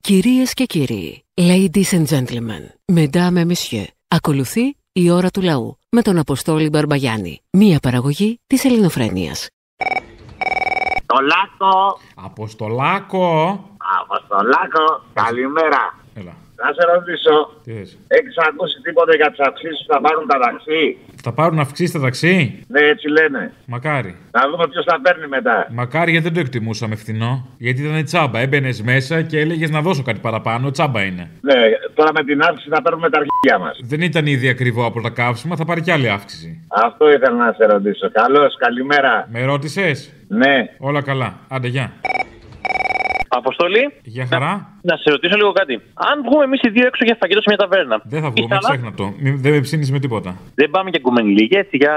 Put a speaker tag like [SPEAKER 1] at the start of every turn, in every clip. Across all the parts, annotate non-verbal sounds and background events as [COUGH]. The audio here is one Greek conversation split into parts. [SPEAKER 1] Κυρίες και κύριοι, ladies and gentlemen, mesdames et messieurs, ακολουθεί η ώρα του λαού με τον Αποστόλη Μπαρμπαγιάννη, μία παραγωγή της ελληνοφρένειας.
[SPEAKER 2] Το Λάκο,
[SPEAKER 3] Αποστολάκο!
[SPEAKER 2] από το Λάκο, καλημέρα.
[SPEAKER 3] Έλα,
[SPEAKER 2] Να σε ρωτήσω,
[SPEAKER 3] τι θες.
[SPEAKER 2] έχεις ακούσει τίποτα για τις αυξήσεις που θα πάρουν τα ταξί.
[SPEAKER 3] Θα πάρουν αυξήσεις τα ταξί.
[SPEAKER 2] Ναι, έτσι λένε.
[SPEAKER 3] Μακάρι.
[SPEAKER 2] Να δούμε ποιος θα παίρνει μετά.
[SPEAKER 3] Μακάρι γιατί δεν το εκτιμούσαμε φθηνό. Γιατί ήταν τσάμπα. Έμπαινες μέσα και έλεγες να δώσω κάτι παραπάνω. Τσάμπα είναι.
[SPEAKER 2] Ναι, τώρα με την αύξηση θα παίρνουμε τα αρχεία μας.
[SPEAKER 3] Δεν ήταν ήδη ακριβό από τα καύσιμα, θα πάρει κι άλλη αύξηση.
[SPEAKER 2] Αυτό ήθελα να σε ρωτήσω. Καλώς, καλημέρα.
[SPEAKER 3] Με ρώτησες.
[SPEAKER 2] Ναι.
[SPEAKER 3] Όλα καλά. Άντε, γεια.
[SPEAKER 4] Αποστολή,
[SPEAKER 3] Γεια χαρά.
[SPEAKER 4] να σε ρωτήσω λίγο κάτι. Αν βγούμε εμείς οι δύο έξω για φαγητό σε μια ταβέρνα.
[SPEAKER 3] Δεν θα
[SPEAKER 4] η
[SPEAKER 3] βγούμε,
[SPEAKER 4] θάλασσα-
[SPEAKER 3] ξέχνα το. Μη- Δεν με ψήνεις με τίποτα.
[SPEAKER 4] Δεν πάμε για κουμενιλίγε, έτσι για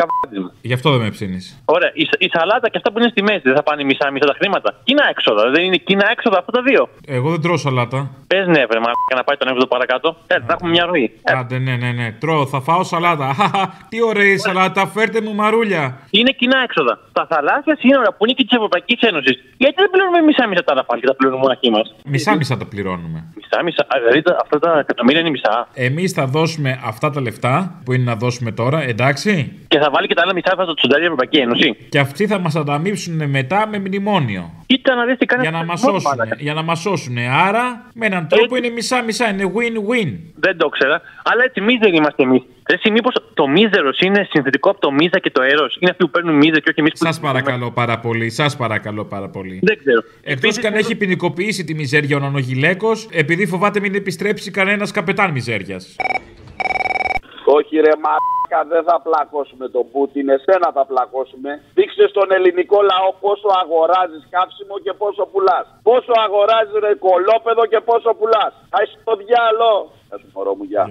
[SPEAKER 4] καβάτισμα.
[SPEAKER 3] Γι' αυτό δεν με ψήνεις.
[SPEAKER 4] Ωραία, η, σα- η σαλάτα και αυτά που είναι στη μέση δεν θα πάνε μισά μισά τα χρήματα. Κοινά έξοδα, δεν είναι κοινά έξοδα αυτά τα δύο.
[SPEAKER 3] Εγώ δεν τρώω σαλάτα.
[SPEAKER 4] Πες ναι, βρε, μα να πάει τον έβδομο παρακάτω. Ε, θα έχουμε μια ροή. Ε,
[SPEAKER 3] Άντε, ναι, ναι, ναι. Τρώω, θα φάω σαλάτα. [LAUGHS] Χαχα, τι ωραία η σαλάτα, φέρτε μου μαρούλια.
[SPEAKER 4] είναι κοινά έξοδα. Τα θαλάσσια σύνορα που είναι και της Ευρωπαϊκής Ένωσης. Γιατί δεν πληρώνουμε μισά μισά τα άλλα πάλι και τα πληρώνουμε μοναχοί μας.
[SPEAKER 3] Μισά-μισά τα πληρώνουμε.
[SPEAKER 4] Μισά μισά, Α, δηλαδή τα- αυτά τα εκατομμύρια είναι μισά.
[SPEAKER 3] Εμείς θα δώσουμε αυτά τα λεφτά που είναι να δώσουμε τώρα, εντάξει.
[SPEAKER 4] Και θα βάλει και τα άλλα μισά αυτά τα τσουντάρια η Ευρωπαϊκή Ένωση.
[SPEAKER 3] Και αυτοί θα μας ανταμείψουν μετά με μνημόνιο.
[SPEAKER 4] Κοίτα να δεις τι κάνει.
[SPEAKER 3] Για να
[SPEAKER 4] αυτό
[SPEAKER 3] μα
[SPEAKER 4] το μόνο,
[SPEAKER 3] σώσουν.
[SPEAKER 4] μαλάκα.
[SPEAKER 3] Για να μας σώσουν. Άρα, με έναν τρόπο είναι μισά-μισά, είναι win-win.
[SPEAKER 4] Δεν το ξέρα. Αλλά έτσι μίζεροι είμαστε εμείς. Εσύ, μήπως το μίζερος είναι συνθετικό από το μίζα και το έρος. Είναι αυτοί που παίρνουν μίζα και όχι εμείς που.
[SPEAKER 3] Σας παρακαλώ πάρα πολύ. Σας παρακαλώ πάρα πολύ.
[SPEAKER 4] Δεν ξέρω.
[SPEAKER 3] Εκτός
[SPEAKER 4] Επίσης,
[SPEAKER 3] και αν έχει ποινικοποιήσει τη μιζέρια ο Νανογυλέκο, επειδή φοβάται μην επιστρέψει κανένας καπετάν μιζέριας.
[SPEAKER 5] Όχι ρε μάκα, δεν θα πλακώσουμε τον Πούτιν, εσένα θα πλακώσουμε. Δείξε στον ελληνικό λαό πόσο αγοράζεις καύσιμο και πόσο πουλάς. Πόσο αγοράζεις ρε κολόπεδο και πόσο πουλάς. Άι στο διάλο. Θα σου μωρό μου, γεια.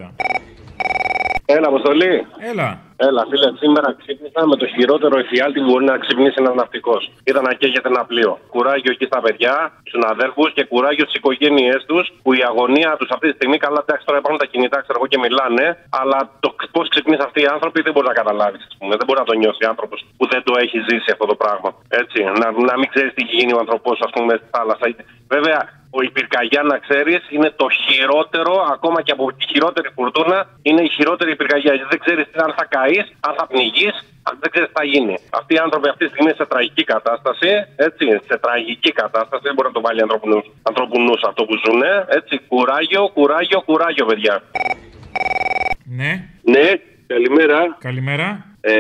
[SPEAKER 6] Έλα, Αποστολή.
[SPEAKER 3] Έλα.
[SPEAKER 6] Έλα, φίλε, σήμερα ξύπνησα με το χειρότερο εφιάλτη που μπορεί να ξυπνήσει ένας ναυτικός. Είδα να καίγεται ένα πλοίο. Κουράγιο εκεί στα παιδιά, στους αδέρφου και κουράγιο στις οικογένειές τους που η αγωνία τους αυτή τη στιγμή, καλά, εντάξει, τώρα υπάρχουν τα κινητά, ξέρω εγώ και μιλάνε, αλλά το πώς ξυπνήσαν αυτοί οι άνθρωποι δεν μπορεί να καταλάβεις, ας πούμε. Δεν μπορεί να το νιώσει άνθρωπος που δεν το έχει ζήσει αυτό το πράγμα. Έτσι, να, να μην ξέρεις τι έχει γίνει ο ανθρωπό, ας πούμε, στη θάλασσα. Ε, Βέβαια, ο η πυρκαγιά, να ξέρεις, είναι το χειρότερο, ακόμα και από τη χειρότερη φουρτούνα, είναι η χειρότερη πυρκαγιά. Γιατί Δεν ξέρεις αν θα καείς, αν θα πνιγείς, αν δεν ξέρεις τι θα γίνει. Αυτοί οι άνθρωποι αυτή τη στιγμή σε τραγική κατάσταση, έτσι, σε τραγική κατάσταση, δεν μπορεί να το βάλει ανθρώπινου ανθρώπινους αυτό που ζουν, έτσι. Κουράγιο, κουράγιο, κουράγιο, παιδιά.
[SPEAKER 3] Ναι.
[SPEAKER 7] Ναι, καλημέρα.
[SPEAKER 3] Καλημέρα.
[SPEAKER 7] Ε,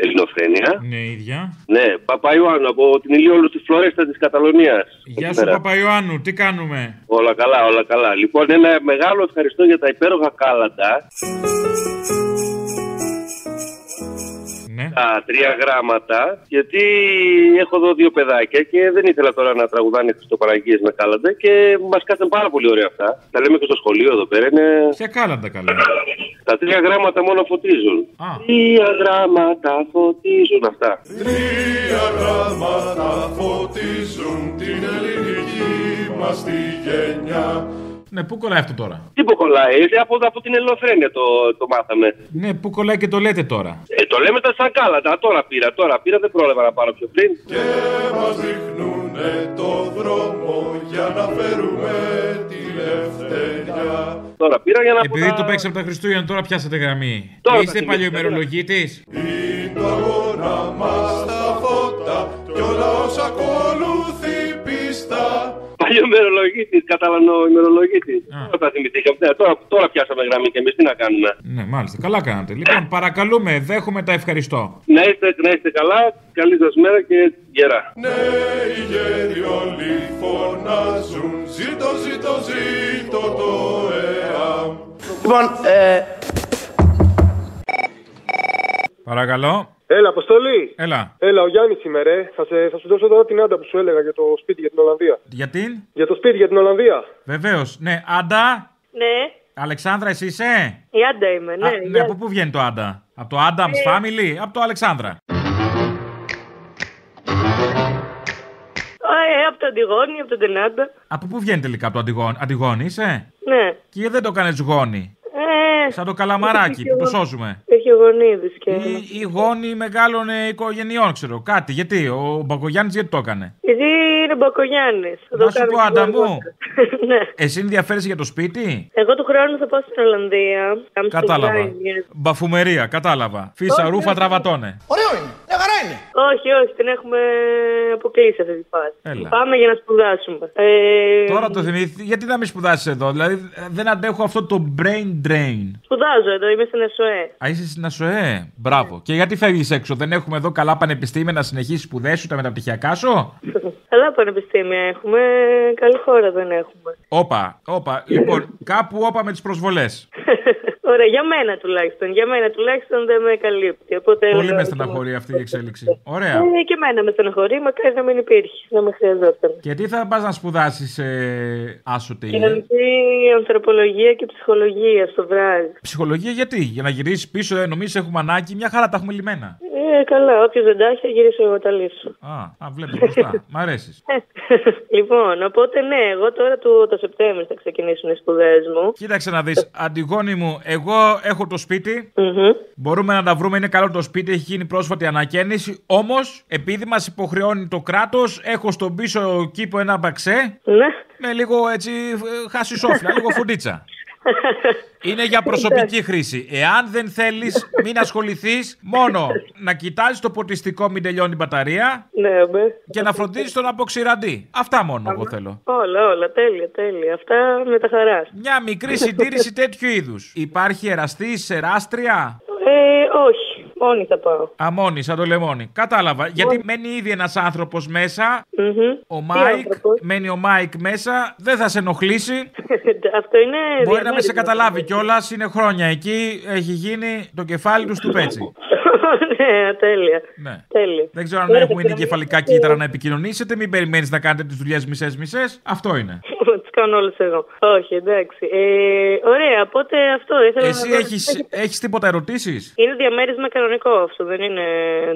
[SPEAKER 7] Ελληνοφρένεια.
[SPEAKER 3] Ναι, ίδια.
[SPEAKER 7] Ναι, Παπαϊωάννου από την Ηλιόλου της Φλωρέστα της Καταλωνίας.
[SPEAKER 3] Γεια σου, Παπαϊωάννου. Τι κάνουμε.
[SPEAKER 7] Όλα καλά, όλα καλά. Λοιπόν, ένα μεγάλο ευχαριστώ για τα υπέροχα κάλαντα.
[SPEAKER 3] Ναι.
[SPEAKER 7] Τα τρία γράμματα. Γιατί έχω εδώ δύο παιδάκια και δεν ήθελα τώρα να τραγουδάνε Χριστοπαραγγείες με κάλαντα και μας κάτσαν πάρα πολύ ωραία αυτά. Τα λέμε και στο σχολείο εδώ πέρα. Είναι...
[SPEAKER 3] Ποια κάλαντα καλά.
[SPEAKER 7] Τα τρία γράμματα μόνο φωτίζουν.
[SPEAKER 3] Α.
[SPEAKER 7] Τρία γράμματα φωτίζουν αυτά.
[SPEAKER 8] Τρία γράμματα φωτίζουν την ελληνική μας τη γενιά.
[SPEAKER 3] Ναι, πού κολλάει αυτό τώρα.
[SPEAKER 7] Τι που κολλάει, είναι από, από την Ελληνοφρένεια το, το μάθαμε.
[SPEAKER 3] Ναι, πού κολλάει και το λέτε τώρα.
[SPEAKER 7] Ε, το λέμε τα σαν κάλατα. Τώρα πήρα, τώρα πήρα, δεν πρόλαβα να πάρω πιο πριν.
[SPEAKER 8] Και μας δείχνουνε το δρόμο για να φέρουμε την ευθεριά.
[SPEAKER 7] Τώρα πήρα για να πω
[SPEAKER 3] Επειδή
[SPEAKER 7] τα-
[SPEAKER 3] το παίξαμε τα Χριστούγεννα, τώρα πιάσατε γραμμή.
[SPEAKER 7] Τώρα τα
[SPEAKER 3] Είστε
[SPEAKER 7] θυμήθηκα,
[SPEAKER 3] παλιοημερολογήτη.
[SPEAKER 8] Είναι το αγώνα μας τα φώτα κι ο λαός ακολουθεί πίστα.
[SPEAKER 7] Παλιό ημερολογήτη, καταλαβαίνω ημερολογήτη. Τώρα τα θυμηθήκαμε. Ναι, τώρα, τώρα πιάσαμε γραμμή και εμείς τι να κάνουμε.
[SPEAKER 3] Ναι, μάλιστα. Καλά κάνατε. Λοιπόν, παρακαλούμε, δέχομαι τα ευχαριστώ.
[SPEAKER 7] Να είστε, να είστε καλά, καλή σας μέρα και γερά.
[SPEAKER 8] Ναι, οι γέροι όλοι φωνάζουν Ζήτω, ζήτω, ζήτω το ΕΑΜ
[SPEAKER 3] Παρακαλώ.
[SPEAKER 9] Έλα, Αποστολή!
[SPEAKER 3] Έλα.
[SPEAKER 9] Έλα, ο Γιάννης σήμερα. ε. Θα, σε, θα σου δώσω τώρα την άντα που σου έλεγα για το σπίτι για την Ολλανδία.
[SPEAKER 3] Για την.
[SPEAKER 9] Για το σπίτι για την Ολλανδία.
[SPEAKER 3] Βεβαίως. Ναι, Άντα.
[SPEAKER 10] Ναι,
[SPEAKER 3] Αλεξάνδρα, εσύ είσαι.
[SPEAKER 10] η Άντα είμαι, ναι. Ε.
[SPEAKER 3] Α,
[SPEAKER 10] η
[SPEAKER 3] ναι, από
[SPEAKER 10] Άντα.
[SPEAKER 3] πού βγαίνει το Άντα. Από το Adams Family, από το Αλεξάνδρα.
[SPEAKER 10] Α, ε, από τον Αντιγόνη, από τον Τενάντα.
[SPEAKER 3] Από πού βγαίνει τελικά από το Αντιγόνη, Αντιγόνη είσαι.
[SPEAKER 10] Ναι.
[SPEAKER 3] Και δεν το κάνει γόνη.
[SPEAKER 10] Ε,
[SPEAKER 3] Σαν το καλαμαράκι που το σώζουμε.
[SPEAKER 10] Έχει γονίδι και.
[SPEAKER 3] Ή, ή γόνοι μεγάλων ε, οικογενειών, ξέρω. Κάτι. Γιατί ο Μπαγκογιάννης γιατί το έκανε.
[SPEAKER 10] Γιατί είναι Μπακογιάννη.
[SPEAKER 3] Να σου πω, άντα μου.
[SPEAKER 10] [LAUGHS]
[SPEAKER 3] Εσύ ενδιαφέρεσαι για το σπίτι.
[SPEAKER 10] Ναι. Εγώ του χρόνου θα πάω στην Ολλανδία. Άμστερνταμ,
[SPEAKER 3] Κατάλαβα.
[SPEAKER 10] Γύρω.
[SPEAKER 3] Μπαφουμερία, κατάλαβα. Φύσα
[SPEAKER 10] Όχι,
[SPEAKER 3] ρούφα
[SPEAKER 10] όχι.
[SPEAKER 3] τραβατώνε.
[SPEAKER 10] Όχι, όχι, την έχουμε αποκλείσει αυτή τη φάση.
[SPEAKER 3] Έλα.
[SPEAKER 10] Πάμε για να σπουδάσουμε. Ε,
[SPEAKER 3] Τώρα το θυμήθηκα. Γιατί να μην σπουδάσεις εδώ, Δηλαδή δεν αντέχω αυτό το brain drain.
[SPEAKER 10] Σπουδάζω εδώ, είμαι στην ΕΣΟΕ. [LAUGHS]
[SPEAKER 3] Α, είσαι στην ΑΣΟΕ. Ε, Μπράβο. Και γιατί φεύγεις έξω, Δεν έχουμε εδώ καλά πανεπιστήμια να συνεχίσεις σπουδές σου, τα μεταπτυχιακά σου.
[SPEAKER 10] Καλά πανεπιστήμια έχουμε, καλή χώρα δεν έχουμε.
[SPEAKER 3] Όπα, όπα. Λοιπόν, κάπου όπα με τις προσβολές.
[SPEAKER 10] Ωραία, για μένα τουλάχιστον. Για μένα τουλάχιστον δεν με καλύπτει. Οπότε
[SPEAKER 3] Πολύ
[SPEAKER 10] λέω-
[SPEAKER 3] με στεναχωρεί αυτή η εξέλιξη. Ωραία.
[SPEAKER 10] Ε, και εμένα με στεναχωρεί, μακάρι να μην υπήρχε, να με χρειαζόταν.
[SPEAKER 3] Και τι θα πας να σπουδάσεις, ε, άσοτε
[SPEAKER 10] Κοινωνική ανθρωπολογία και ψυχολογία στο βράδυ.
[SPEAKER 3] Ψυχολογία γιατί, για να γυρίσεις πίσω, ε, νομίζει έχουμε ανάγκη, μια χαρά τα έχουμε λυμμένα.
[SPEAKER 10] Ε, καλά, όποιος δεν τα έχει, θα γυρίσω εγώ τα λύσω.
[SPEAKER 3] Α, α βλέπεις μπροστά. Μ' αρέσεις.
[SPEAKER 10] [LAUGHS] λοιπόν, οπότε ναι, εγώ τώρα του, το Σεπτέμβριο θα ξεκινήσουν οι σπουδές μου.
[SPEAKER 3] Κοίταξε να δεις, Αντιγόνη μου, εγώ έχω το σπιτι Μπορούμε να τα βρούμε, είναι καλό το σπίτι, έχει γίνει πρόσφατη ανακαίνιση. Όμως, επειδή μας υποχρεώνει το κράτος, έχω στον πίσω κήπο ένα μπαξέ.
[SPEAKER 10] Ναι.
[SPEAKER 3] Με λίγο έτσι ε, χασισόφλα, λίγο φουντίτσα. Είναι για προσωπική χρήση. Εάν δεν θέλεις, μην ασχοληθείς. Μόνο να κοιτάζεις το ποτιστικό, μην τελειώνει η μπαταρία.
[SPEAKER 10] Ναι, μπε.
[SPEAKER 3] Και να φροντίζεις τον αποξηραντή. Αυτά μόνο εγώ θέλω.
[SPEAKER 10] Όλα, όλα, τέλεια, τέλεια. Αυτά με τα χαράς.
[SPEAKER 3] Μια μικρή συντήρηση τέτοιου είδους. Υπάρχει εραστή, εράστρια.
[SPEAKER 10] Ε, όχι, μόνη θα πάω.
[SPEAKER 3] Αμόνι, σαν το λεμόνι. Κατάλαβα. Γιατί μένει ήδη ένας άνθρωπος μέσα. Ο Μάικ.
[SPEAKER 10] άνθρωπος?
[SPEAKER 3] Μένει ο Μάικ μέσα. Δεν θα σε ενοχλήσει.
[SPEAKER 10] [LAUGHS] Αυτό είναι.
[SPEAKER 3] Μπορεί
[SPEAKER 10] διαμέρισμα.
[SPEAKER 3] να μην σε καταλάβει κιόλα. Είναι χρόνια εκεί. Έχει γίνει το κεφάλι του του πέτσι.
[SPEAKER 10] [LAUGHS] ναι, τέλεια.
[SPEAKER 3] Ναι.
[SPEAKER 10] Τέλεια.
[SPEAKER 3] Δεν ξέρω αν
[SPEAKER 10] Ωραία,
[SPEAKER 3] έχουμε ήδη
[SPEAKER 10] πυραμίδα.
[SPEAKER 3] κεφαλικά κύτταρα να επικοινωνήσετε. Μην περιμένεις να κάνετε τις δουλειές μισέ-μισέ.
[SPEAKER 10] [LAUGHS]
[SPEAKER 3] Αυτό είναι.
[SPEAKER 10] Τι κάνω όλες εγώ. Όχι, εντάξει. Ε, ωραία, οπότε αυτό ήθελα
[SPEAKER 3] Εσύ
[SPEAKER 10] να.
[SPEAKER 3] έχεις, έχεις τίποτα ερωτήσεις?
[SPEAKER 10] Είναι διαμέρισμα κανονικό αυτό, δεν είναι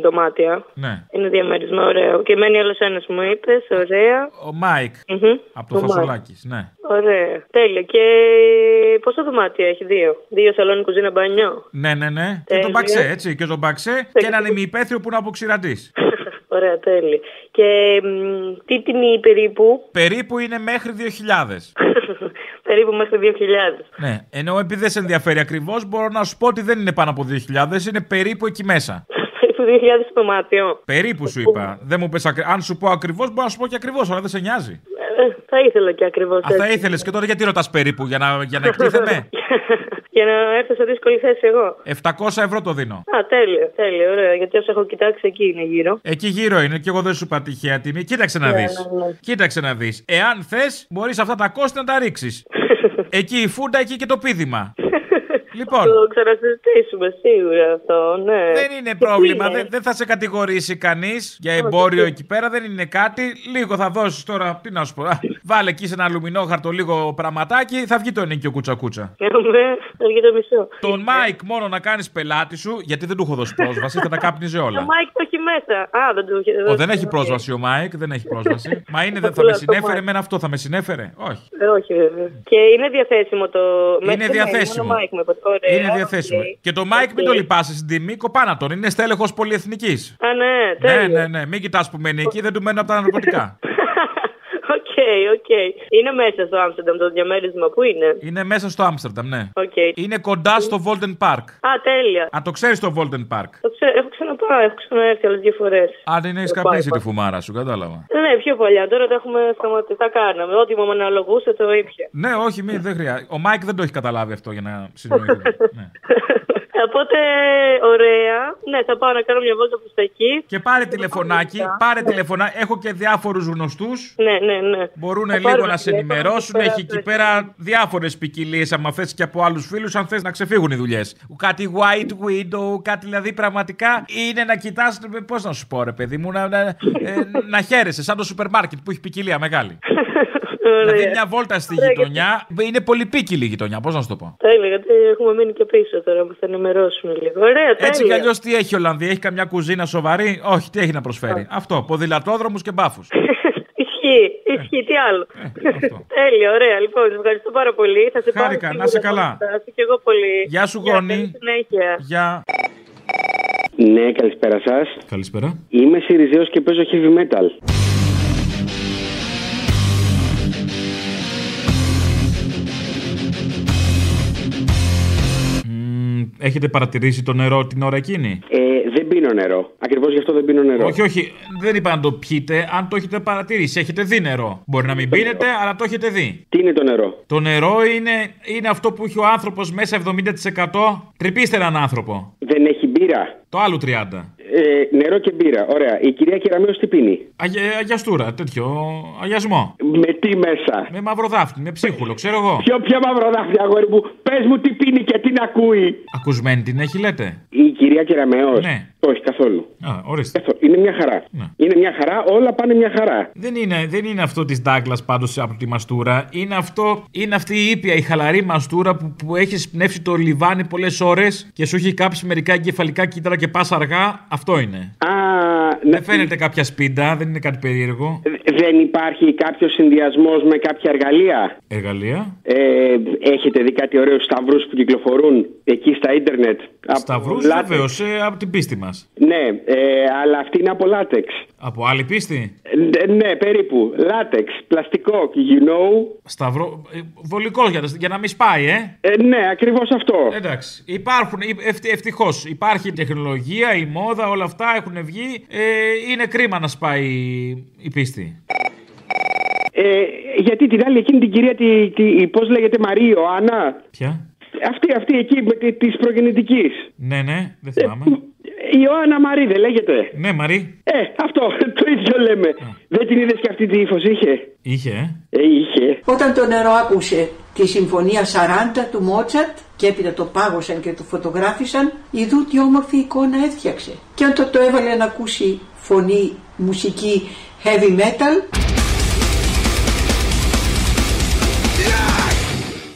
[SPEAKER 10] δωμάτια.
[SPEAKER 3] Ναι.
[SPEAKER 10] Είναι διαμέρισμα, ωραίο. Και μένει άλλος ένας μου είπες, ωραία.
[SPEAKER 3] Ο Μάικ.
[SPEAKER 10] Μμμ.
[SPEAKER 3] Από το
[SPEAKER 10] Ο Μάικ.
[SPEAKER 3] Φασολάκης, ναι.
[SPEAKER 10] Ωραία. Τέλεια. Και πόσα δωμάτια έχει, δύο. Δύο σαλόνι, κουζίνα, μπανιό.
[SPEAKER 3] Ναι, ναι, ναι. Και
[SPEAKER 10] Τέλεια.
[SPEAKER 3] τον Μπαξέ, έτσι. Και τον Μπαξέ και έναν ημιυπαίθριο που είναι από
[SPEAKER 10] [LAUGHS]
[SPEAKER 3] ξηραντής.
[SPEAKER 10] Ωραία, τέλεια. Και μ, τι τιμή περίπου, [LAUGHS]
[SPEAKER 3] Περίπου είναι μέχρι 2000.
[SPEAKER 10] περίπου μέχρι 2000.
[SPEAKER 3] Ναι. Ενώ επειδή δεν σε ενδιαφέρει ακριβώς, μπορώ να σου πω ότι δεν είναι πάνω από 2000, είναι περίπου εκεί μέσα.
[SPEAKER 10] Περίπου 2000 δωμάτιο.
[SPEAKER 3] Περίπου σου είπα. Δεν μου πες ακρι... Αν σου πω ακριβώς, μπορώ να σου πω και ακριβώς, αλλά δεν σε νοιάζει.
[SPEAKER 10] Ε, θα ήθελα και ακριβώς
[SPEAKER 3] Α, θα ήθελες και τώρα γιατί ρωτάς περίπου, για να, για να
[SPEAKER 10] [LAUGHS]
[SPEAKER 3] εκτίθεμαι.
[SPEAKER 10] Για να έρθω σε δύσκολη θέση εγώ.
[SPEAKER 3] 700 ευρώ το δίνω.
[SPEAKER 10] Α, τέλειο, τέλειο, ωραία. Γιατί όσο έχω κοιτάξει εκεί είναι γύρω.
[SPEAKER 3] Εκεί γύρω είναι και εγώ δεν σου είπα τυχαία τιμή. Κοίταξε να
[SPEAKER 10] Ναι,
[SPEAKER 3] δεις.
[SPEAKER 10] ναι, ναι.
[SPEAKER 3] Κοίταξε να δεις. Εάν θες, μπορείς αυτά τα κόστη να τα ρίξεις.
[SPEAKER 10] [LAUGHS]
[SPEAKER 3] εκεί η φούντα, εκεί και το πίδημα. [LAUGHS] λοιπόν,
[SPEAKER 10] Το ξανασυζητήσουμε σίγουρα αυτό, ναι.
[SPEAKER 3] δεν είναι
[SPEAKER 10] Και τι
[SPEAKER 3] πρόβλημα.
[SPEAKER 10] είναι.
[SPEAKER 3] Δεν, δεν θα σε κατηγορήσει κανείς για εμπόριο εκεί πέρα. Δεν είναι κάτι. Λίγο θα δώσεις τώρα. Τι να σου πω. α, Βάλε εκεί σε ένα αλουμινόχαρτο λίγο πραγματάκι. Θα βγει το ενίκιο κουτσακούτσα.
[SPEAKER 10] Έχουμε, θα βγει Ναι, το μισό.
[SPEAKER 3] Τον Μάικ μόνο να κάνεις πελάτη σου, γιατί δεν του έχω δώσει πρόσβαση, θα τα
[SPEAKER 10] [LAUGHS]
[SPEAKER 3] κάπνιζε
[SPEAKER 10] Το
[SPEAKER 3] όλα.
[SPEAKER 10] Μάικ το έχει μέσα. Α, δεν το έχει.
[SPEAKER 3] Ο, δεν έχει πρόσβαση ο Μάικ, δεν έχει
[SPEAKER 10] [LAUGHS]
[SPEAKER 3] πρόσβαση. Μα είναι, δεν θα με
[SPEAKER 10] Απλά το
[SPEAKER 3] συνέφερε
[SPEAKER 10] Μάικ.
[SPEAKER 3] εμένα αυτό, θα με συνέφερε. Όχι.
[SPEAKER 10] Ε, όχι, βέβαια. Και είναι διαθέσιμο το.
[SPEAKER 3] Είναι διαθέσιμο.
[SPEAKER 10] Μάικ με ποτέ. Ωραία,
[SPEAKER 3] Είναι διαθέσιμο.
[SPEAKER 10] Ε, οκ. Ε,
[SPEAKER 3] Και το Μάικ
[SPEAKER 10] Οκ.
[SPEAKER 3] μην το λυπάσαι στην τιμή, κοπάνα τον. Είναι στέλεχος πολυεθνικής.
[SPEAKER 10] Α, ναι,
[SPEAKER 3] Ναι,
[SPEAKER 10] τέλειο. Ε,
[SPEAKER 3] ναι, ναι. Μην κοιτάς που μένει εκεί, δεν του μένουν από τα ναρκωτικά.
[SPEAKER 10] Οκ, οκ. Είναι μέσα στο Άμστερνταμ το διαμέρισμα. Πού είναι.
[SPEAKER 3] Είναι μέσα στο Άμστερνταμ, ναι.
[SPEAKER 10] Οκ.
[SPEAKER 3] Είναι κοντά στο Volden Park.
[SPEAKER 10] Α, τέλεια.
[SPEAKER 3] Αν το ξέρεις το Volden Park.
[SPEAKER 10] Το ξέ- Έχω ξαναπάω, έχω ξαναέρθει άλλες δύο φορές.
[SPEAKER 3] Αν δεν έχει
[SPEAKER 10] Ε, πάει,
[SPEAKER 3] καπνίσει
[SPEAKER 10] πάει.
[SPEAKER 3] τη φουμάρα σου, κατάλαβα.
[SPEAKER 10] Ναι, πιο παλιά. Τώρα τα έχουμε σταματήσει. Τα κάναμε. Ό,τι μου αναλογούσε το ήπια.
[SPEAKER 3] Ναι, όχι, μη, δεν χρειάζεται. Ο Μάικ δεν το έχει καταλάβει αυτό για
[SPEAKER 10] [LAUGHS]
[SPEAKER 3] να συνοηθεί. ναι.
[SPEAKER 10] Οπότε, ωραία. Ναι, θα πάω να κάνω μια βόλτα προς τα εκεί.
[SPEAKER 3] Και πάρε
[SPEAKER 10] ε,
[SPEAKER 3] τηλεφωνάκι, πάρε τηλεφωνάκι. Έχω και διάφορους γνωστούς.
[SPEAKER 10] Ναι, ναι, ναι.
[SPEAKER 3] Μπορούν
[SPEAKER 10] Θα
[SPEAKER 3] λίγο
[SPEAKER 10] πάρουμε
[SPEAKER 3] να σε
[SPEAKER 10] τηλέφωνο,
[SPEAKER 3] ενημερώσουν.
[SPEAKER 10] θα
[SPEAKER 3] Έχει
[SPEAKER 10] περάσουμε.
[SPEAKER 3] εκεί πέρα διάφορες ποικιλίες. Αν θες και από άλλους φίλους, αν θες να ξεφύγουν οι δουλειές. Κάτι white window, κάτι δηλαδή πραγματικά είναι να κοιτάς. Πώς να σου πω, ρε παιδί μου, να, να, ε, να χαίρεσαι. Σαν το σούπερ μάρκετ που έχει ποικιλία [LAUGHS] μεγάλη. δηλαδή
[SPEAKER 10] Ωραία.
[SPEAKER 3] μια βόλτα στη
[SPEAKER 10] Ωραία,
[SPEAKER 3] γειτονιά. Είναι πολυπίκυλη η γειτονιά, πώς να σου το πω.
[SPEAKER 10] Τα έλεγα, τι, έχουμε μείνει και πίσω τώρα που θα ενημερώσουμε λίγο. Ωραία, τέλεια.
[SPEAKER 3] Έτσι κι αλλιώς τι έχει η Ολλανδία, έχει καμιά κουζίνα σοβαρή. Όχι, τι έχει να προσφέρει. Αυτό, ποδηλατόδρομους και μπάφους.
[SPEAKER 10] Ισχύει, ισχύει, τι άλλο.
[SPEAKER 3] Ε. αυτό.
[SPEAKER 10] [LAUGHS] Τέλεια, ωραία. Λοιπόν, σε ευχαριστώ πάρα πολύ. Θα σε πάρω
[SPEAKER 3] Χάρηκα,
[SPEAKER 10] σίγουρα
[SPEAKER 3] να είσαι
[SPEAKER 10] από
[SPEAKER 3] καλά.
[SPEAKER 10] κοντά σου και εγώ πολύ.
[SPEAKER 3] Γεια σου,
[SPEAKER 10] Για
[SPEAKER 3] Γόνη.
[SPEAKER 10] καλή συνέχεια.
[SPEAKER 3] Για.
[SPEAKER 11] Ναι, καλησπέρα σας.
[SPEAKER 3] Καλησπέρα.
[SPEAKER 11] Είμαι Σιριζέος και παίζω heavy metal.
[SPEAKER 3] Έχετε παρατηρήσει το νερό την ώρα εκείνη.
[SPEAKER 11] Ε, δεν πίνω νερό. Ακριβώς γι' αυτό δεν πίνω νερό.
[SPEAKER 3] Όχι, όχι, δεν είπα να το πιείτε, αν το έχετε παρατηρήσει. Έχετε δει νερό. Μπορεί να μην πίνετε, αλλά το έχετε δει.
[SPEAKER 11] Τι είναι το νερό.
[SPEAKER 3] Το νερό είναι, είναι αυτό που έχει ο άνθρωπος μέσα 70%. Τρυπήστε έναν άνθρωπο.
[SPEAKER 11] Δεν έχει μπύρα.
[SPEAKER 3] Το άλλο 30.
[SPEAKER 11] Ε, νερό και μπύρα. Ωραία. Η κυρία Κεραμέως τι πίνει.
[SPEAKER 3] Αγια, αγιαστούρα, τέτοιο. Αγιασμό.
[SPEAKER 11] Με τι μέσα.
[SPEAKER 3] Με μαυροδάφτη, με ψίχουλο, ξέρω εγώ.
[SPEAKER 11] Ποιο πιο μαύρο δάχτυλο, αγόρι μου. Πες μου τι πίνει και τι να ακούει.
[SPEAKER 3] Ακουσμένη την έχει, λέτε.
[SPEAKER 11] Η κυρία Κεραμέως.
[SPEAKER 3] Ναι.
[SPEAKER 11] Όχι, καθόλου.
[SPEAKER 3] Α, ορίστε. Ναι.
[SPEAKER 11] Καθόλου. Είναι μια χαρά. Είναι μια χαρά, όλα πάνε μια χαρά.
[SPEAKER 3] Δεν είναι, δεν είναι αυτό της Ντάγκλας πάντως από τη μαστούρα. Είναι, αυτό, είναι αυτή η ήπια, η χαλαρή μαστούρα που, που έχεις πνεύσει το λιβάνι πολλές ώρες και σου έχει κάψει μερικά εγκεφαλικά κύτταρα και πας αργά. Αυτό είναι.
[SPEAKER 11] Α, Ναι.
[SPEAKER 3] δεν φαίνεται κάποια σπίντα, δεν είναι κάτι περίεργο.
[SPEAKER 11] Ε, δεν υπάρχει κάποιος συνδυασμός με κάποια εργαλεία.
[SPEAKER 3] Εργαλεία.
[SPEAKER 11] Ε, έχετε δει κάτι ωραίου σταυρούς που κυκλοφορούν εκεί στα ίντερνετ. Από
[SPEAKER 3] Σταυρούς
[SPEAKER 11] λάτεξ.
[SPEAKER 3] βεβαίως ε, από την πίστη μας.
[SPEAKER 11] Ναι, ε, αλλά αυτή είναι από λάτεξ.
[SPEAKER 3] Από άλλη πίστη.
[SPEAKER 11] Ε, ναι, ναι, περίπου. Λάτεξ, πλαστικό, you know.
[SPEAKER 3] Σταυρό. Βολικός για, τα- για να μην σπάει, ε.
[SPEAKER 11] Ε, ναι, ακριβώς αυτό.
[SPEAKER 3] Εντάξει. Υπάρχουν, ευτυχώς. Υπάρχει η τεχνολογία, η μόδα, όλα αυτά έχουν βγει. Ε, είναι κρίμα να σπάει η- η πίστη.
[SPEAKER 11] Ε, γιατί την άλλη εκείνη την κυρία, τη, τη, πώς λέγεται Μαρία Ιωάννα.
[SPEAKER 3] Ποια?
[SPEAKER 11] Αυτή, αυτή εκεί τη προγεννητικής.
[SPEAKER 3] Ναι, ναι, δεν θυμάμαι.
[SPEAKER 11] Ε, Η Ιωάννα Μαρή δεν λέγεται.
[SPEAKER 3] Ναι, Μαρή.
[SPEAKER 11] Ε, αυτό, [LAUGHS] το ίδιο λέμε. Δεν την είδες και αυτή τη ύφος είχε.
[SPEAKER 3] Είχε, ε.
[SPEAKER 11] Ε, είχε.
[SPEAKER 12] Όταν το νερό άκουσε τη Συμφωνία 40 του Μότσαρτ και έπειτα το πάγωσαν και το φωτογράφησαν, ειδού τι όμορφη εικόνα έφτιαξε. Και όταν το έβαλε να ακούσει φωνή, μουσική, heavy metal...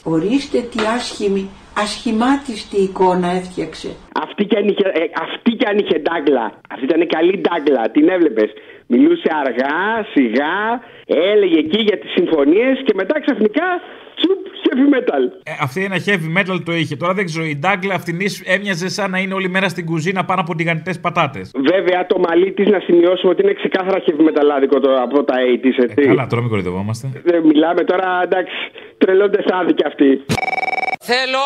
[SPEAKER 12] Ορίστε τι άσχημη, ασχημάτιστη εικόνα έφτιαξε.
[SPEAKER 11] Αυτή κι αν είχε, ε, αυτή κι αν είχε ντάγκλα. Αυτή ήταν καλή ντάγκλα, την έβλεπες. Μιλούσε αργά, σιγά, έλεγε εκεί για τις συμφωνίες και μετά ξαφνικά τσουπ, heavy metal.
[SPEAKER 3] Ε, αυτή ένα heavy metal το είχε. Τώρα δεν ξέρω. Η Ντάγκλα αυτήν έμοιαζε σαν να είναι όλη μέρα στην κουζίνα πάνω από τηγανιτέ πατάτες.
[SPEAKER 11] Βέβαια το μαλλί της να σημειώσουμε ότι είναι ξεκάθαρα heavy metalάδικο το, από τα 80s, έτσι.
[SPEAKER 3] Ε, Καλά, τώρα μην κορυδευόμαστε.
[SPEAKER 11] Δεν μιλάμε τώρα, εντάξει, τρελώντε άδικα αυτοί.
[SPEAKER 13] Θέλω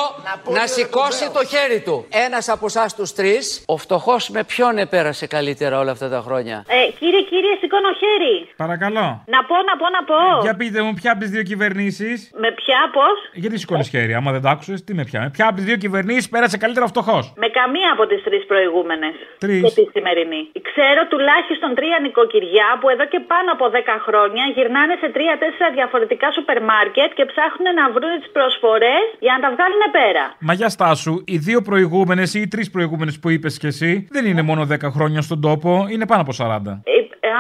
[SPEAKER 13] να, σηκώσει το χέρι του. Ένας από εσάς τους τρεις. Ο φτωχός με ποιον επέρασε καλύτερα όλα αυτά τα χρόνια.
[SPEAKER 14] Ε, κύριε, κύριε, σηκώνω χέρι.
[SPEAKER 3] Παρακαλώ.
[SPEAKER 14] Να πω, να πω, να πω.
[SPEAKER 3] Για πείτε μου, ποια από τις δύο κυβερνήσεις.
[SPEAKER 14] Με ποια, πώς.
[SPEAKER 3] Γιατί σηκώνεις χέρι, άμα δεν τα άκουσες, τι με πια. Ποια από τις δύο κυβερνήσεις πέρασε καλύτερα φτωχός.
[SPEAKER 14] Με καμία από τις τρεις προηγούμενες.
[SPEAKER 3] Τρεις.
[SPEAKER 14] Και τη σημερινή. Ξέρω τουλάχιστον τρία νοικοκυριά που εδώ και πάνω από 10 χρόνια γυρνάνε σε τρία-τέσσερα διαφορετικά σούπερ μάρκετ και ψάχνουν να βρουν τις προσφορές για να τα βγάλουν πέρα.
[SPEAKER 3] Μα για στάσου, οι δύο προηγούμενες ή οι τρεις προηγούμενες που είπες κι εσύ δεν είναι μόνο 10 χρόνια στον τόπο, είναι πάνω από 40.
[SPEAKER 14] Ε,